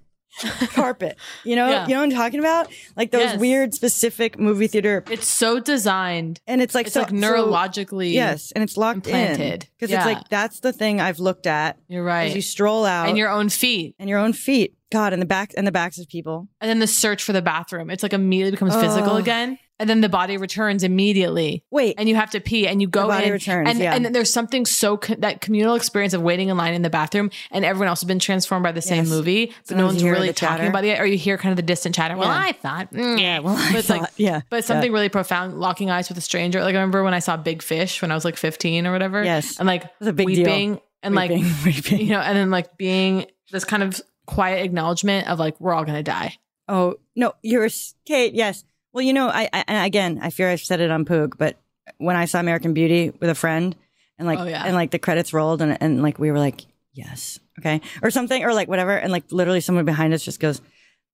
B: carpet you know
D: Yeah.
B: you know what i'm talking about like those
D: Yes.
B: weird specific movie theater
D: It's so designed.
B: and it's like
D: It's
B: so,
D: like
B: so-
D: neurologically.
B: yes and it's locked in
D: implanted.
B: because
D: Yeah.
B: it's like that's the thing i've looked at
D: You're
B: as
D: right.
B: you stroll out
D: and your own feet.
B: and your own feet god and the back and the backs of people
D: And then the search for the bathroom. It's like immediately becomes physical
B: Oh.
D: again. And then the body returns immediately.
B: wait
D: And you have to pee and you go
B: The body
D: in.
B: returns,
D: and,
B: yeah.
D: and there's something so co- that communal experience of waiting in line in the bathroom and everyone else has been transformed by the same
B: Yes.
D: movie, but
B: Sometimes
D: no one's
B: you hear
D: really
B: the
D: talking
B: chatter.
D: about it. Or you hear kind of the distant chatter. Well,
B: Yeah.
D: I thought. mm,
B: yeah well I
D: But it's like-
B: thought- yeah
D: But something really profound, locking eyes with a stranger. Like I remember when I saw Big Fish when I was like 15 or whatever.
B: Yes.
D: And like
B: was a big deal.
D: weeping and like
B: Weeping, weeping.
D: you know, and then like being this kind of quiet acknowledgement of like we're all gonna die.
B: Oh no, you're s- Kate. Yes. Well, you know, I, I and again, I fear I've said it on Poog, but when I saw American Beauty with a friend, and like,
D: Oh, yeah.
B: and like the credits rolled, and and like we were like, yes, okay, or something, or like whatever, and like literally someone behind us just goes,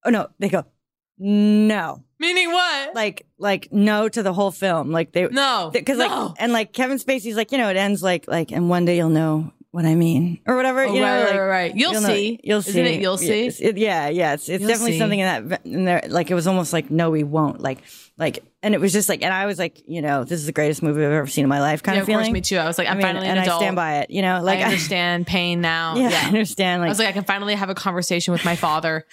B: oh no, they go, no,
D: Meaning what?
B: like like no to the whole film, like they
D: no,
B: because like
D: no.
B: and like Kevin Spacey's like you know it ends like like and one day you'll know what I mean or whatever.
C: Oh,
B: you know,
C: right, right,
B: like,
C: right, right. You'll
B: know-
C: see.
B: you'll see.
C: Isn't it you'll see?
B: Yes, it- yeah, yeah. It's, it's
C: You'll
B: definitely
C: see.
B: something in that in there. Like it was almost like no, we won't. Like like, and it was just like, and I was like, you know, this is the greatest movie I've ever seen in my life. Kind
C: yeah,
B: of
C: of
B: feeling.
C: course, me too. I was like, I'm
B: I mean,
C: finally
B: and
C: an
B: I
C: adult.
B: stand by it. You know, like
C: I understand pain now.
B: Yeah,
C: Yeah,
B: I understand. Like, Ah.
C: I was like, I can finally have a conversation with my father.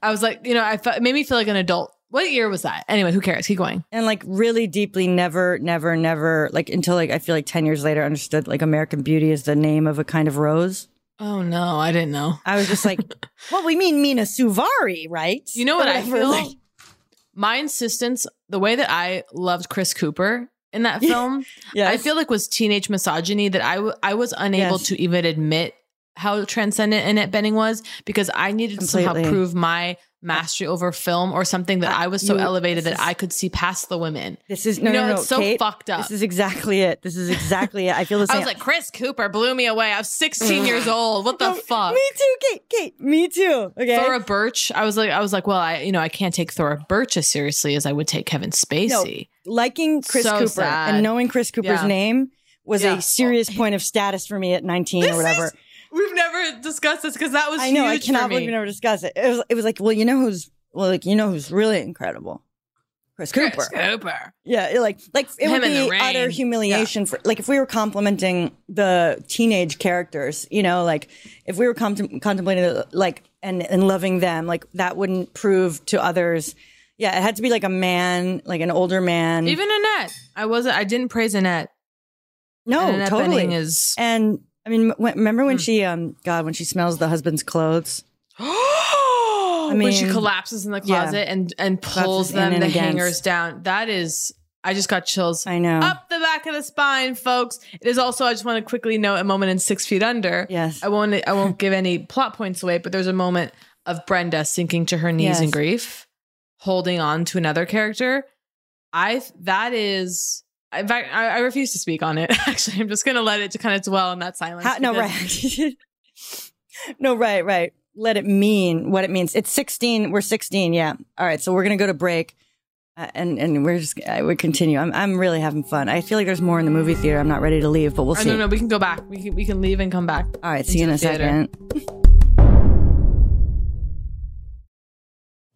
C: I was like, you know, I felt, it made me feel like an adult. What year was that? Anyway, who cares? Keep going.
B: and like really deeply never never never like until like i feel like 10 years later understood like american beauty is the name of a kind of rose
C: Oh no, I didn't know.
B: i was just like what we mean mean a suvari right
C: You know what I
B: Whatever,
C: feel?
B: like-
C: My insistence, the way that I loved Chris Cooper in that film, I feel like was teenage misogyny that I, w- I was unable
B: Yes.
C: to even admit how transcendent Annette Benning was because I needed to somehow
B: Completely.
C: prove my mastery over film or something that I was so
B: you-
C: elevated
B: this
C: that
B: is-
C: I could see past the women.
B: this is
C: You
B: no,
C: know,
B: no, no,
C: it's so
B: Kate,
C: fucked up.
B: this is exactly it this is exactly it i feel the same
C: I was like, Chris Cooper blew me away. I was 16 years old. What the fuck?
B: me too kate kate me too okay
C: Thora Birch. I was like, I was like, well, I, you know, I can't take Thora Birch as seriously as I would take Kevin
B: No,
C: Spacey.
B: liking Chris
C: So
B: Cooper
C: sad.
B: and knowing Chris Cooper's
C: Yeah.
B: name was
C: Yeah.
B: a serious point of status for me at 19 or whatever.
C: We've never discussed this because that was
B: I know. I
C: huge for
B: cannot
C: me.
B: believe we never discussed it. It was, it was like, well, you know who's, well, like you know who's really incredible, Chris Cooper.
C: Chris Cooper.
B: Yeah, it, like like it
C: Him
B: would
C: in the
B: be
C: rain.
B: utter humiliation for like if we were complimenting the teenage characters, you know, like if we were contem- contemplating the- like and and loving them, like that wouldn't prove to others. Yeah, it had to be like a man, like an older man.
C: Even Annette. I wasn't. I didn't praise Annette.
B: no,
C: and Annette
B: Oh, totally
C: Bening is. Hmm.
B: And I mean, when, remember when she um God when she smells the husband's clothes?
C: I mean, when she
B: mean-
C: collapses in the
B: Yeah.
C: closet and and
B: Collapses
C: pulls
B: in
C: them
B: and
C: the
B: against.
C: hangers down. That is. I just got chills.
B: I know.
C: Up the back of the spine, folks. It is also. I just want to quickly note a moment in Six Feet Under.
B: Yes.
C: I won't. I won't give any plot points away, but there's a moment of Brenda sinking to her knees in
B: Yes.
C: grief, holding on to another character. I that is. In fact, I, I refuse to speak on it. Actually, I'm just going to let it to kind of dwell in that silence.
B: How, no,
C: because-
B: right. no, right, right. Let it mean what it means. It's 16. We're 16. Yeah. All right. So we're going to go to break. Uh, and and we're just I would continue. I'm I'm really having fun. I feel like there's more in the movie theater. I'm not ready to leave, but we'll
C: Oh,
B: see.
C: no, no, we can go back. We can we can leave and come back.
B: All right, see
C: into
B: you in
C: the
B: a
C: theater.
B: second.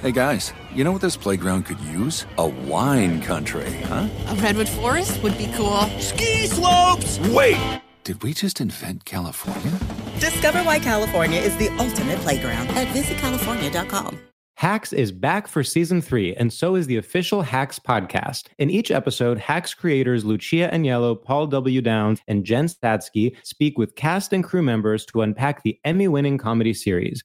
J: Hey guys, you know what this playground could use? A wine country, huh?
K: A redwood forest would be cool. Ski
J: slopes! Wait! Did we just invent California?
L: Discover why California is the ultimate playground at visitcalifornia.com.
I: Hacks is back for season three, and so is the official Hacks podcast. In each episode, Hacks creators Lucia Agnello, Paul W. Downs, and Jen Statsky speak with cast and crew members to unpack the Emmy winning comedy series.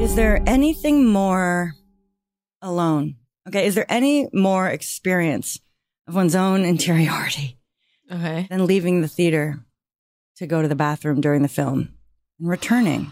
B: Is there anything more alone? Okay. Is there any more experience of one's own interiority
C: Okay.
B: than leaving the theater to go to the bathroom during the film and returning?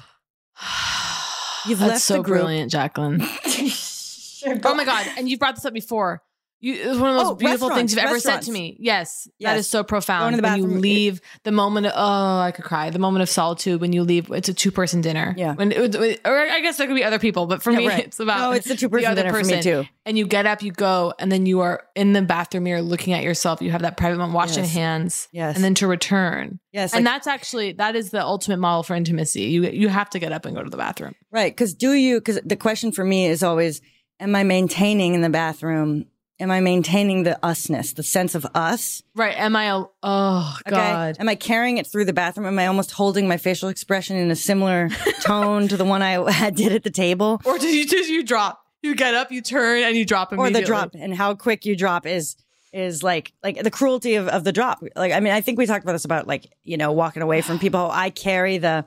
B: You've
C: That's
B: left
C: so
B: the group.
C: brilliant, Jacqueline. oh my god! And you brought this up before. You, it was one of the most
B: Oh,
C: beautiful things
B: restaurants,
C: you've ever said
B: restaurants.
C: to me. Yes, that
B: Yes.
C: is so
B: Going
C: profound.
B: to the
C: when you
B: bathroom, it-
C: leave the moment, of, oh, I could cry. The moment of solitude when you leave. It's a two-person dinner. Yeah. When, it, it- or I guess there could be other people, but for
B: Yeah,
C: me,
B: right.
C: it's about
B: No, it's the two-person
C: other
B: dinner for me, too.
C: And you get up, you go, and then you are in the bathroom mirror looking at yourself. You have that private moment, washing
B: Yes.
C: hands.
B: Yes.
C: And then to return.
B: Yes,
C: And
B: like-
C: that's actually that is the ultimate model for intimacy. You you have to get up and go to the bathroom.
B: Right. Cause do you, cause the question for me is always, am I maintaining in the bathroom? Am I maintaining the usness, the sense of us?
C: Right. Am I, a, oh God.
B: Am I carrying it through the bathroom? Am I almost holding my facial expression in a similar tone to the one I did at the table?
C: Or did you just, you drop, you get up, you turn and you drop
B: Or
C: immediately.
B: the drop and how quick you drop is, is like, like the cruelty of, of the drop. Like, I mean, I think we talked about this about like, you know, walking away from people. I carry the,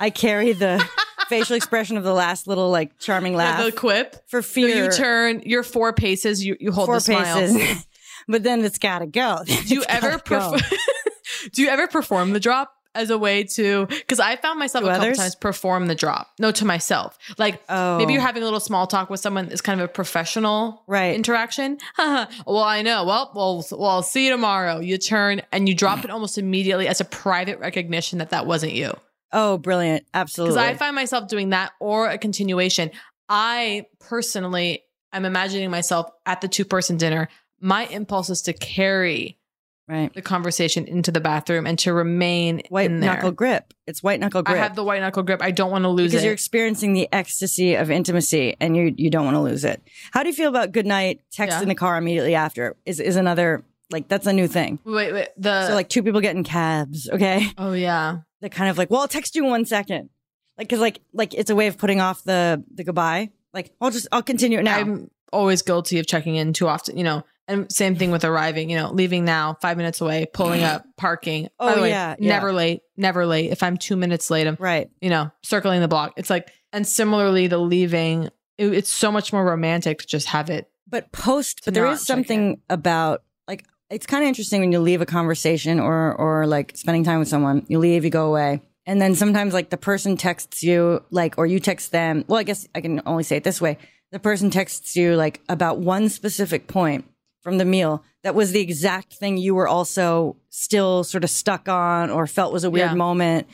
B: I carry the facial expression of the last little like charming laugh.
C: Yeah, the quip.
B: For
C: So you
B: fear.
C: turn, you're four paces, you, you hold
B: four
C: the smile.
B: paces. but then it's got to go.
C: Do you ever perform? Do you ever perform the drop as a way to? Because I found myself
B: To
C: a
B: others?
C: couple times perform the drop. No, to myself. Like maybe
B: Oh.
C: you're having a little small talk with someone. It's kind of a professional right interaction. well, I know. Well, well, well. I'll see you tomorrow. You turn and you drop it almost immediately as a private recognition that that wasn't you.
B: Oh, brilliant. Absolutely.
C: Because I find myself doing that or a continuation. I personally am imagining myself at the two person dinner. My impulse is to carry
B: right.
C: the conversation into the bathroom and to remain
B: white
C: in there.
B: knuckle grip. It's white knuckle
C: I
B: grip.
C: have the white knuckle grip. I don't want to lose
B: because
C: it.
B: you're experiencing the ecstasy of intimacy and you you don't want to lose it. How do you feel about good night text
C: Yeah.
B: in the car immediately after? Is is another like that's a new thing.
C: wait, wait. The
B: so like two people getting cabs, okay?
C: Oh yeah.
B: They're kind of like, "Well, I'll text you in one second. Like cuz like like it's a way of putting off the the goodbye. Like, "I'll just I'll continue it now."
C: I'm always guilty of checking in too often, you know. And same thing with arriving, you know, leaving now, five minutes away, pulling up, parking. By
B: Oh,
C: the way,
B: yeah, yeah.
C: never late, never late. If I'm two minutes late, I'm
B: right,
C: you know, circling the block. It's like, and similarly, the leaving, it- it's so much more romantic to just have it.
B: But post,
C: to
B: but there
C: not
B: is
C: check
B: something about like it's kind of interesting when you leave a conversation or or like spending time with someone you leave you go away and then sometimes like the person texts you like or you text them well i guess i can only say it this way the person texts you like about one specific point from the meal that was the exact thing you were also still sort of stuck on or felt was a weird
C: Yeah.
B: moment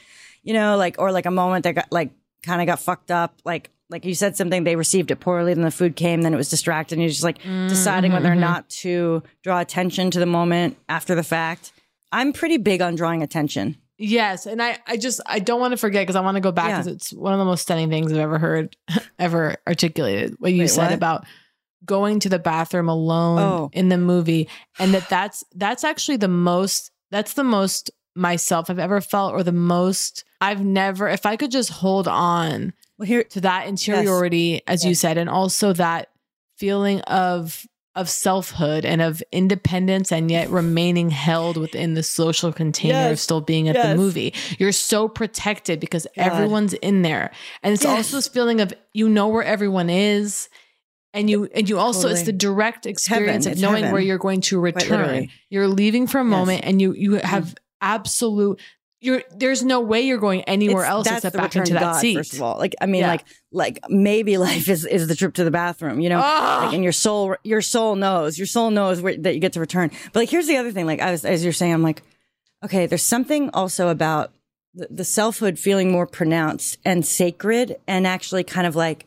B: you know like or like a moment that got like kind of got fucked up like like you said something they received it poorly then the food came then it was distracted and you're just like deciding
C: Mhm,
B: whether or
C: mhm.
B: not to draw attention to the moment after the fact i'm pretty big on drawing attention
C: Yes. And I, I just, I don't want to forget because I want to go back
B: Yeah.
C: because it's one of the most stunning things I've ever heard, ever articulated. What you
B: Wait,
C: said
B: what?
C: about going to the bathroom alone
B: Oh.
C: in the movie. And that that's, that's actually the most, that's the most myself I've ever felt or the most I've never, if I could just hold on
B: well, here,
C: to that interiority, as you said, and also that feeling of of selfhood and of independence and yet remaining held within the social container of
G: Yes.
C: still being at the
G: Yes.
C: movie. You're so protected because
G: God.
C: everyone's in there. And it's
G: Yes.
C: also this feeling of you know where everyone is and you and you also it's
G: Totally.
C: the direct experience
G: it's
C: of knowing
G: heaven.
C: where you're going to
G: Quite
C: return.
G: literally.
C: You're leaving for a
G: Yes.
C: moment and you you
B: Mm-hmm.
C: have absolute you're there's no way you're going anywhere
B: It's-
C: else
B: that's
C: except
B: the
C: back
B: return
C: into
B: to
C: that
B: God,
C: seat.
B: First of all, like I mean,
C: Yeah.
B: like like maybe life is is the trip to the bathroom, you know,
C: Ah!
B: like, and your soul your soul knows your soul knows where, that you get to return. But like here's the other thing, like I was, as you're saying, I'm like, okay, there's something also about the, the selfhood feeling more pronounced and sacred and actually kind of like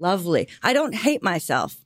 B: lovely. I don't hate myself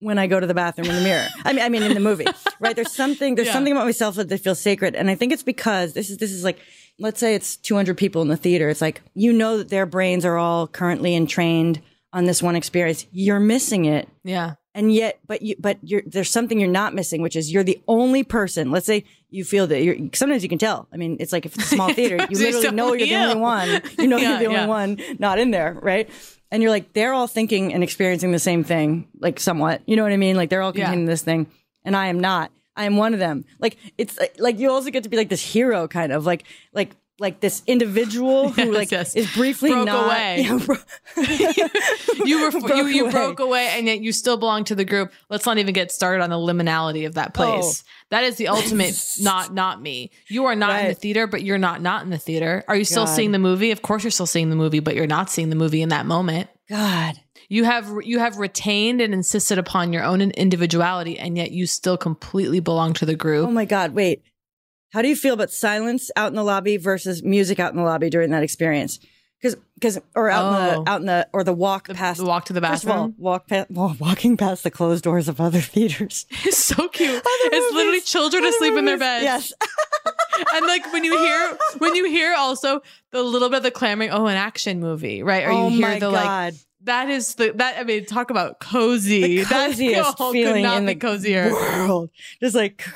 B: when I go to the bathroom in the mirror. I mean, I mean in the movie, right? There's something, there's
G: Yeah.
B: something about myself that they feel sacred, and I think it's because this is this is like, let's say it's 200 people in the theater. It's like you know that their brains are all currently entrained on this one experience. You're missing it
C: yeah.
B: and yet but you but you're there's something you're not missing which is you're the only person let's say you feel that you're sometimes you can tell i mean it's like if it's a small theater you
G: It's
B: literally
G: so
B: know you're the
G: you.
B: only one you know
G: Yeah,
B: you're the
G: yeah.
B: only one not in there right and you're like they're all thinking and experiencing the same thing like somewhat you know what i mean like they're all
G: Yeah.
B: containing this thing and i am not i am one of them like it's like- like you also get to be like this hero kind of like like like this individual who like is briefly
C: Broke
B: not
C: away.
B: Yeah, bro-
C: you were
B: Broke
C: you, you
B: away.
C: broke away and yet you still belong to the group let's not even get started on the liminality of that place
G: Oh.
C: that is the ultimate not not me you are not in the
G: Right.
C: theater but you're not not in the theater are you still
G: God.
C: seeing the movie of course you're still seeing the movie but you're not seeing the movie in that moment
B: god
C: you have you have retained and insisted upon your own individuality and yet you still completely belong to the group
B: Oh my God, wait. How do you feel about silence out in the lobby versus music out in the lobby during that experience? Because, because, or out in
C: Oh.
B: the, out in the, or the walk past, the
C: walk to the
B: First of all,
C: bathroom?
B: walk past, well, walking past the closed doors of other theaters.
C: It's so cute. It's literally children asleep in their beds.
B: Yes.
C: and like when you hear when you hear also the little bit of the clamoring, oh, an action movie, right? Or
B: Oh
C: you hear
B: my
C: the
B: God.
C: like that is the that I mean, talk about cozy. That
B: Coziest
C: oh, could
B: feeling
C: not
B: in
C: be
B: the
C: cozier.
B: world. Just like,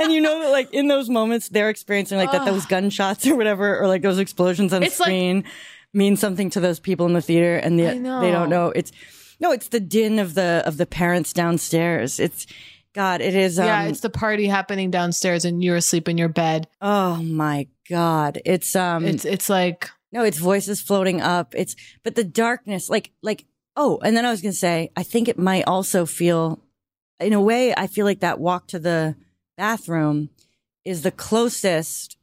B: and you know that, like in those moments, they're experiencing like that
C: Ugh.
B: those gunshots or whatever, or like those explosions on
C: It's like-
B: screen, mean something to those people in the theater, and
C: I
B: yet
C: know.
B: they don't know. It's no, it's the din of the of the parents downstairs. It's God, it is. Um,
C: yeah, it's the party happening downstairs and you're asleep in your bed.
B: Oh my God, it's um,
C: It's it's like
B: no, it's voices floating up. It's but the darkness, like like oh, and then I was gonna say, I think it might also feel, in a way, I feel like that walk to the bathroom is the closest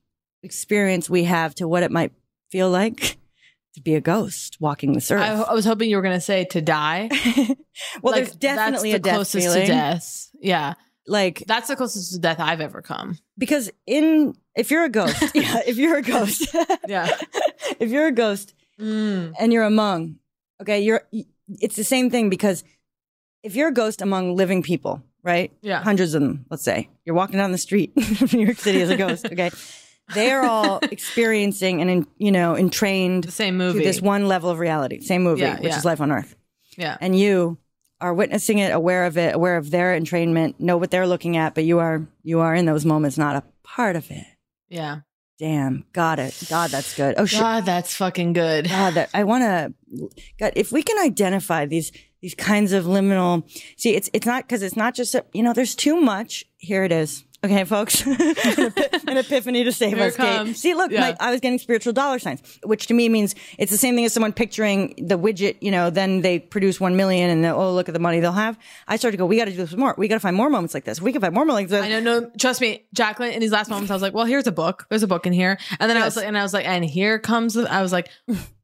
B: experience we have to what it might feel like to be a ghost walking this earth.
C: I, I was hoping you were gonna say to die.
B: well,
C: Like,
B: there's definitely
C: that's
B: a
C: the
B: death
C: closest
B: feeling.
C: to death. Yeah.
B: Like
C: that's the closest to death I've ever come.
B: because in if you're a ghost, yeah, if you're a ghost,
C: yeah, Mm.
B: if you're a ghost and you're among, okay, you're it's the same thing because if you're a ghost among living people, right?
C: Yeah,
B: hundreds of them. Let's say you're walking down the street of New York City as a ghost. Okay, they are all experiencing and in, you know entrained the
C: same
B: to
C: movie.
B: this one level of reality, same movie,
C: Yeah,
B: which
C: yeah.
B: is life on Earth
C: Yeah.
B: and you are witnessing it, aware of it, aware of their entrainment, know what they're looking at, but you are you are in those moments, not a part of it.
C: yeah.
B: Damn, got it. God, that's good. Oh shit.
C: God, that's fucking good.
B: God, that I want to. God, if we can identify these these kinds of liminal, see, it's it's not because it's not just a, you know. There's too much. Here it is. Okay, folks, an, epi- an epiphany to save
C: Here it
B: us. Kate.
C: comes.
B: See, look,
C: Yeah.
B: my, I was getting spiritual dollar signs, which to me means it's the same thing as someone picturing the widget. You know, then they produce one million, and then, oh, look at the money they'll have. I started to go, we got to do this more. We got to find more moments like this. We can find more moments. Like this.
C: I know, no, trust me, Jacqueline. In these last moments, I was like, "Well, here's a book. There's a book in here." And then I was
B: Yes.
C: like, and I was like, and here comes. The, I was like,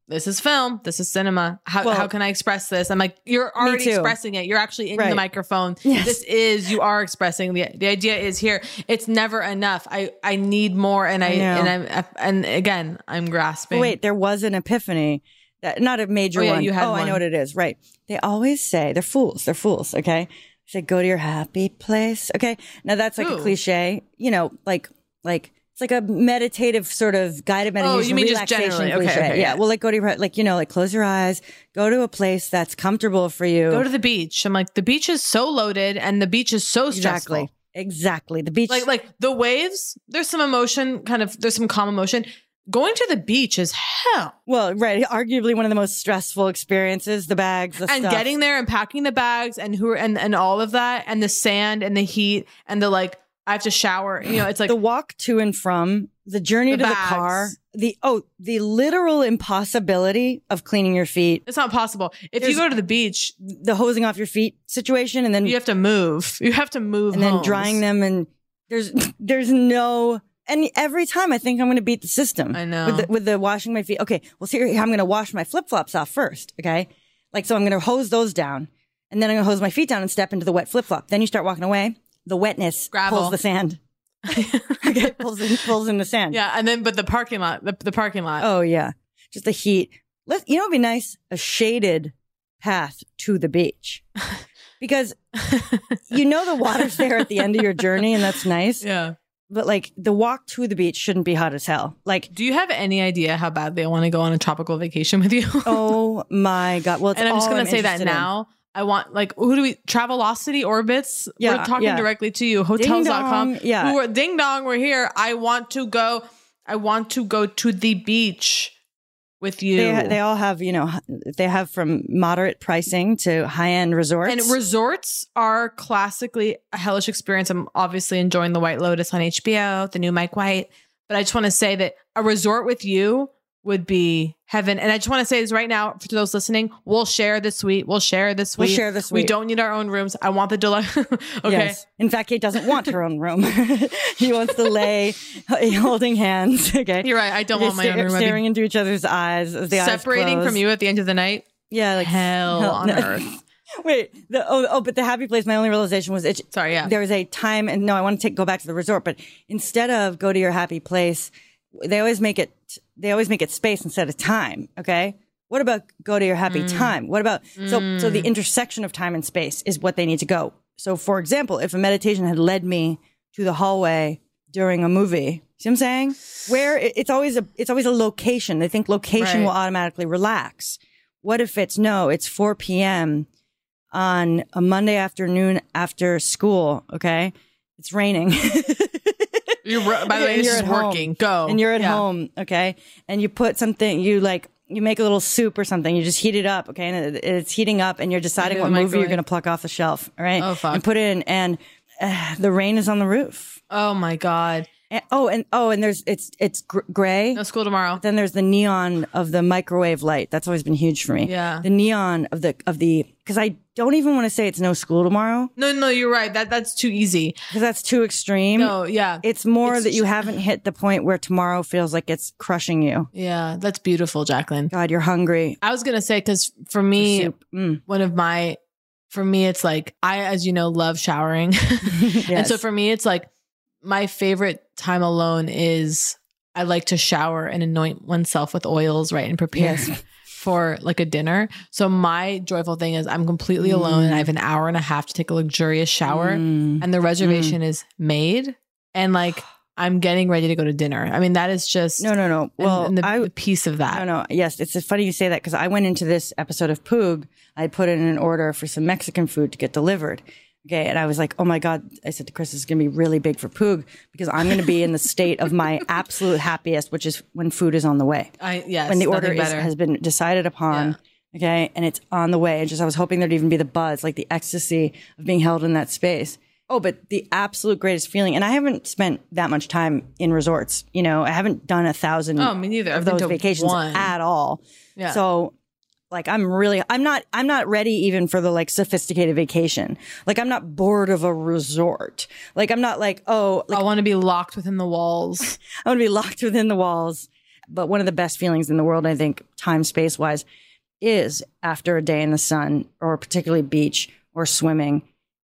C: "This is film. This is cinema. How
B: Well-
C: how can I express this?" I'm like, "You're already
B: too.
C: expressing it. You're actually in the
B: Right.
C: microphone.
B: Yes.
C: This is you are expressing the the idea is here. It's never enough. I I need more, and I,
B: I know.
C: and I'm and again I'm grasping.
B: Oh, Wait, there was an epiphany. That, not a major
C: Oh, yeah,
B: one.
C: you had
B: oh, I
C: one.
B: know what it is. Right. They always say they're fools. They're fools. Okay. Say go to your happy place. Okay. Now that's like a
C: Ooh.
B: cliche. You know, like like it's like a meditative sort of guided
C: Oh,
B: meditation,
C: you mean just
B: relaxation
C: generally. Okay,
B: cliche.
C: okay,
B: yeah.
C: yeah.
B: Well, like go to your like you know like close your eyes. Go to a place that's comfortable for you.
C: go to the beach. I'm like, the beach is so loaded, and the beach is so stressful.
B: exactly exactly the beach.
C: like like the waves there's some emotion kind of there's some calm emotion going to the beach is hell
B: well, right. Arguably one of the most stressful experiences. The bags, the
C: and
B: stuff.
C: getting there and packing the bags and who are and and all of that and the sand and the heat and the like i have to shower you know it's like
B: the walk to and from the journey
C: The
B: to
C: bags.
B: the car the oh the literal impossibility of cleaning your feet
C: it's not possible if you
B: There's-
C: go to the beach
B: the hosing off your feet situation and then
C: you have to move you have to move
B: and then
C: homes.
B: drying them and there's there's no and every time I think I'm going to beat the system. I
C: know.
B: with the, with the washing my feet. Okay, well here I'm going to wash my flip flops off first. Okay, like so I'm going to hose those down, and then I'm going to hose my feet down and step into the wet flip flop. Then you start walking away. The wetness
C: Gravel.
B: pulls the sand. okay, pulls in, pulls in the sand.
C: yeah and then but the parking lot the, the parking lot
B: Oh yeah, just the heat. Let you know, it'd be nice a shaded path to the beach because you know the water's there at the end of your journey, and that's nice.
C: yeah
B: but like the walk to the beach shouldn't be hot as hell. Like,
C: do you have any idea how bad they want to go on a tropical vacation with you?
B: oh my god! Well, it's
C: and I'm just
B: all
C: gonna
B: I'm
C: say that
B: interested in.
C: now. I want like who do we Travelocity Orbits?
B: Yeah,
C: we're talking
B: yeah.
C: directly to you.
B: Ding dong,
C: Hotels.com.
B: yeah.
C: Who are- ding dong, we're here. I want to go. I want to go to the beach with you.
B: They, they all have, you know, they have from moderate pricing to high end resorts.
C: And resorts are classically a hellish experience. I'm obviously enjoying The White Lotus on HBO, the new Mike White. But I just want to say that a resort with you would be heaven. And I just want to say this right now to those listening we'll share the suite. We'll share the
B: We'll
C: suite.
B: share the
C: We
B: suite.
C: don't need our own rooms. I want the deluxe. okay.
B: Yes. In fact, Kate doesn't want her own room. she wants to lay holding hands. Okay.
C: You're right. I don't
B: Okay,
C: want my own
B: stare-
C: room. I'd be-
B: Staring into each other's eyes. As the eyes
C: Separating
B: close.
C: from you at the end of the night.
B: Yeah. Like
C: hell,
B: hell,
C: on
B: no.
C: earth.
B: Wait, the, oh, oh, but the happy place. My only realization was it. Sorry, yeah. There was a time, and no, I want to take go back to the resort, but instead of go to your happy place, they always make it. They always make it space instead of time. Okay, what about go to your happy time? What about so so the
C: Mm.
B: intersection of time and space is what they need to go. So, for example, if a meditation had led me to the hallway during a movie, see what I'm saying? Where it- it's always a it's always a location. They think location
C: Right.
B: will automatically relax. What if it's no? It's 4 p.m on a Monday afternoon after school. Okay. It's raining.
C: You're, ro- by the way,
B: And
C: this
B: you're
C: is
B: at home.
C: working. Go.
B: And you're at
C: Yeah.
B: home. Okay. And you put something, you like, you make a little soup or something. You just heat it up. Okay. And it- it's heating up and you're deciding
C: Into
B: what
C: the
B: movie you're
C: microwave.
B: going to pluck off the shelf. All right.
C: Oh, fuck.
B: And put in. And uh, the rain is on the roof.
C: Oh, my God.
B: And, oh, and oh, and there's it's it's gr- gray. No
C: school tomorrow.
B: Then there's the neon of the microwave light. That's always been huge for me.
C: Yeah.
B: the neon of the of the because I don't even want to say it's no school tomorrow
C: No, no, you're right. That That's too easy.
B: because that's too extreme.
C: No, yeah.
B: it's more
C: It's
B: that you
C: ju-
B: haven't hit the point where tomorrow feels like it's crushing you.
C: Yeah, that's beautiful, Jacqueline.
B: God, you're hungry.
C: I was gonna say because for me,
B: soup. Mm.
C: one of my, for me, it's like I, as you know, love showering, and so
B: Yes.
C: for me, it's like my favorite time alone is I like to shower and anoint oneself with oils, right, and prepare.
B: Yes.
C: For like a dinner. So, my joyful thing is, I'm completely alone and I have an hour and a half to take a luxurious shower,
B: Mm.
C: and the reservation is made. And like, I'm getting ready to go to dinner. I mean, that is just
B: No, no, no. Well,
C: and the,
B: I-
C: the piece of that.
B: No, no. Yes, it's funny you say that because I went into this episode of Poog. I put in an order for some Mexican food to get delivered. Okay, and I was like, oh my god! I said to Chris, "This is going to be really big for Poog because I'm going to be in the state of my absolute happiest, which is when food is on the way.
C: I yes.
B: when the
C: nothing
B: order is,
C: better.
B: has been decided upon. Okay, and it's on the way. And just I was hoping there'd even be the buzz, like the ecstasy of being held in that space. Oh, but the absolute greatest feeling. And I haven't spent that much time in resorts. You know, I haven't done a thousand
C: Oh, me neither.
B: of
C: I've been
B: those
C: to
B: vacations
C: one.
B: at all.
C: Yeah.
B: So like I'm really I'm not I'm not ready even for the like sophisticated vacation. Like I'm not bored of a resort. Like I'm not like, oh like
C: I want to be locked within the walls.
B: I want to be locked within the walls. But one of the best feelings in the world, I think, time space wise, is after a day in the sun or particularly beach or swimming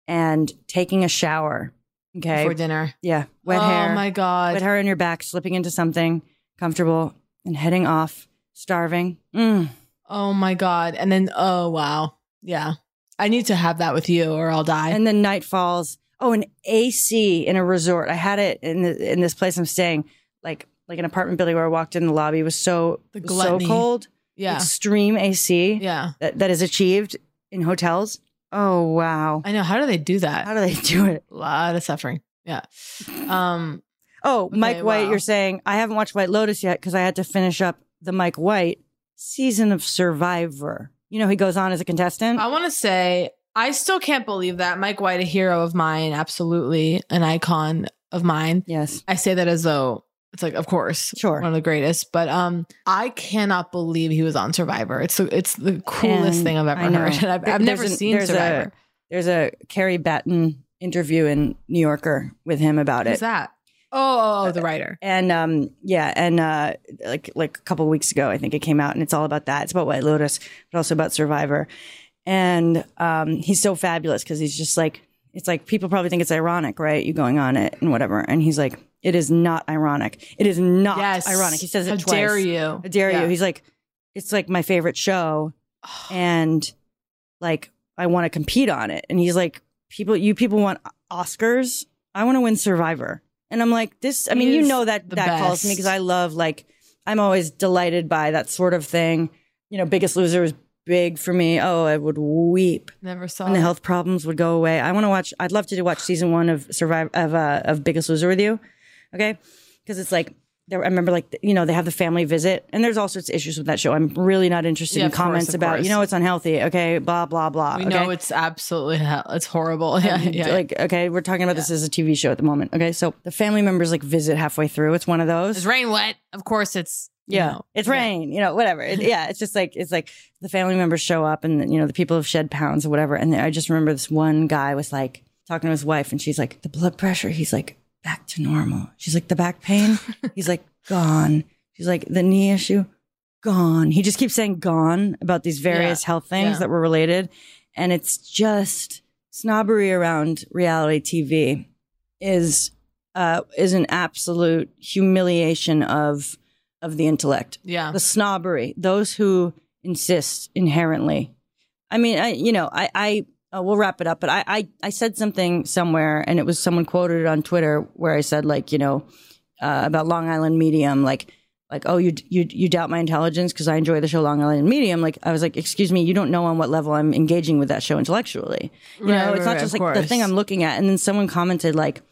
B: and taking a shower. Okay.
C: Before dinner.
B: Yeah. Wet
C: Oh
B: hair.
C: my God.
B: Wet hair on your back, slipping into something comfortable and heading off, starving. Mm.
C: Oh my god! And then oh wow, yeah. I need to have that with you, or I'll die.
B: and then night falls. Oh, an AC in a resort. I had it in the, in this place I'm staying, like like an apartment building where I walked in. The lobby was so
C: The
B: was so
C: gluttony.
B: cold.
C: Yeah.
B: extreme AC.
C: Yeah,
B: that, that is achieved in hotels. Oh wow!
C: I know. How do they do that?
B: How do they do it?
C: A lot of suffering. Yeah. Um.
B: Oh, Mike White,
C: wow.
B: you're saying I haven't watched White Lotus yet because I had to finish up the Mike White season of Survivor. You know he goes on as a contestant.
C: I want to say I still can't believe that Mike White, a hero of mine, absolutely an icon of mine.
B: Yes,
C: I say that as though it's like, of course,
B: Sure.
C: one of the greatest. But um, I cannot believe he was on Survivor. It's the- it's the coolest
B: And
C: thing I've
B: I
C: ever
B: know.
C: heard. I've,
B: There-
C: I've never
B: there's an-
C: seen
B: there's
C: Survivor.
B: A, there's a Carrie Batten interview in New Yorker with him about
C: Who's
B: it. Uh,
C: that? Oh, oh, oh, the writer.
B: And um, yeah, and uh, like like a couple of weeks ago, I think it came out, and it's all about that. It's about White Lotus, but also about Survivor. And um, he's so fabulous because he's just like it's like people probably think it's ironic, right? You going on it and whatever, and he's like, it is not ironic. It is not
C: Yes.
B: ironic. He says it
C: How
B: twice.
C: dare you.
B: How dare
C: Yeah.
B: you? He's like, it's like my favorite show, and like I want to compete on it. And he's like, people, you people want Oscars. I want to win Survivor. And I'm like, this, I
G: He
B: mean, you
G: is
B: know that
G: the
B: that calls me
G: best.
B: because I love, like, I'm always delighted by that sort of thing. You know, Biggest Loser is big for me. Oh, I would weep.
C: Never saw
B: When the
C: it.
B: health problems would go away. I want to watch, I'd love to do watch season one of Survive, of, uh, of Biggest Loser with you. Okay. Because it's like, there, I remember, like, you know, they have the family visit, and there's all sorts of issues with that show. I'm really not interested
C: Yeah,
B: in
C: of course,
B: comments
C: of
B: about,
C: course.
B: you know, it's unhealthy. Okay. Blah, blah, blah.
C: We
B: okay?
C: know it's absolutely hell. It's horrible. Yeah,
B: And,
C: yeah.
B: Like, okay, we're talking about this as a TV show at the moment. Okay, so the family members like visit halfway through. It's one of those.
C: it's rain wet. Of course, it's you
B: yeah,
C: know,
B: it's rain. You know, whatever. It- yeah, it's just like it's like the family members show up, and you know the people have shed pounds or whatever. And I just remember this one guy was like talking to his wife, and she's like, "The blood pressure." He's like, "Back to normal." She's like, "The back pain." He's like, "Gone." She's like, "The knee issue." Gone. He just keeps saying "gone" about these various
G: Yeah,
B: health things
G: yeah.
B: that were related, and it's just snobbery around reality TV is uh, is an absolute humiliation of of the intellect.
C: Yeah.
B: the snobbery. Those who insist inherently. I mean, I you know, I I uh, we'll wrap it up, but I, I I said something somewhere, and it was someone quoted it on Twitter where I said like you know uh, about Long Island Medium, like. Like oh you you you doubt my intelligence because I enjoy the show Long Island Medium like I was like excuse me you don't know on what level I'm engaging with that show intellectually you
C: Right,
B: know
C: right,
B: it's not
C: right,
B: just
C: of
B: like the thing
C: course.
B: I'm looking at and then someone commented like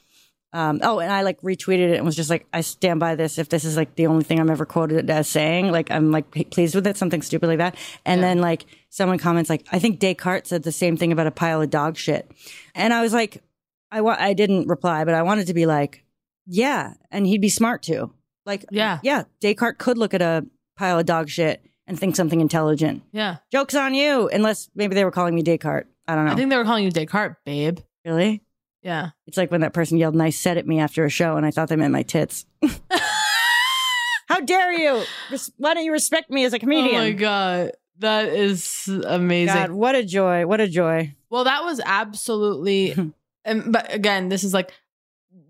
B: um, oh, and I like retweeted it and was just like, I stand by this. If this is like the only thing I'm ever quoted as saying, like I'm like p- pleased with it, something stupid like that. And then like someone comments like, I think Descartes said the same thing about a pile of dog shit, and I was like, I wa- I didn't reply, but I wanted to be like, yeah, and he'd be smart too. Like, yeah, yeah, Descartes could look at a pile of dog shit and think something intelligent.
C: yeah.
B: Jokes on you, unless maybe they were calling me Descartes. I don't know.
C: I think they were calling you Descartes, babe.
B: Really?
C: Yeah.
B: It's like when that person yelled nice set at me after a show and I thought they meant my tits. How dare you? Res- Why don't you respect me as a comedian?
C: Oh my god, that is amazing.
B: God, what a joy. What a joy.
C: Well, that was absolutely. and, but again, this is like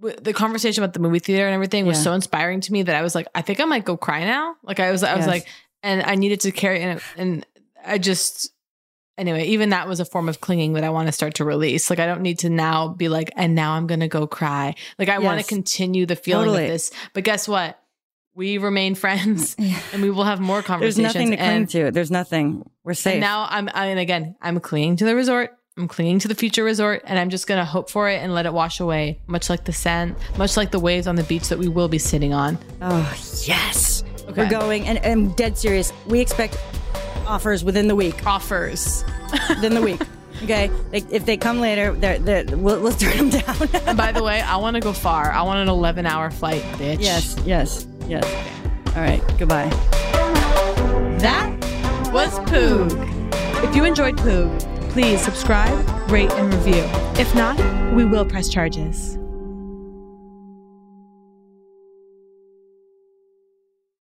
C: w- the conversation about the movie theater and everything was
G: Yeah.
C: so inspiring to me that I was like, I think I might go cry now. Like I was, I was
G: Yes.
C: like, and I needed to carry and and I just anyway, even that was a form of clinging that I want to start to release. Like I don't need to now be like, and now I'm gonna go cry. Like I want to
G: Yes.
C: continue the feeling
G: Totally.
C: of this. But guess what? We remain friends, and we will have more
B: There's
C: conversations.
B: nothing to cling
C: and-
B: to. There's nothing. We're safe.
C: and now I'm, I mean, again, I'm clinging to the resort. I'm clinging to the future resort, and I'm just gonna hope for it and let it wash away, much like the sand, much like the waves on the beach that we will be sitting on.
B: Oh yes,
C: Okay.
B: We're going, and I'm dead serious. We expect offers within the week.
C: Offers
B: within the week. Okay, they, if they come later, they're, they're, we'll, let's turn them down.
C: and by the way, I want to go far. I want an 11 hour flight, bitch.
B: Yes, yes, yes. All right, goodbye.
C: That was Poog.
M: If you enjoyed Poog, please subscribe, rate, and review. If not, we will press charges.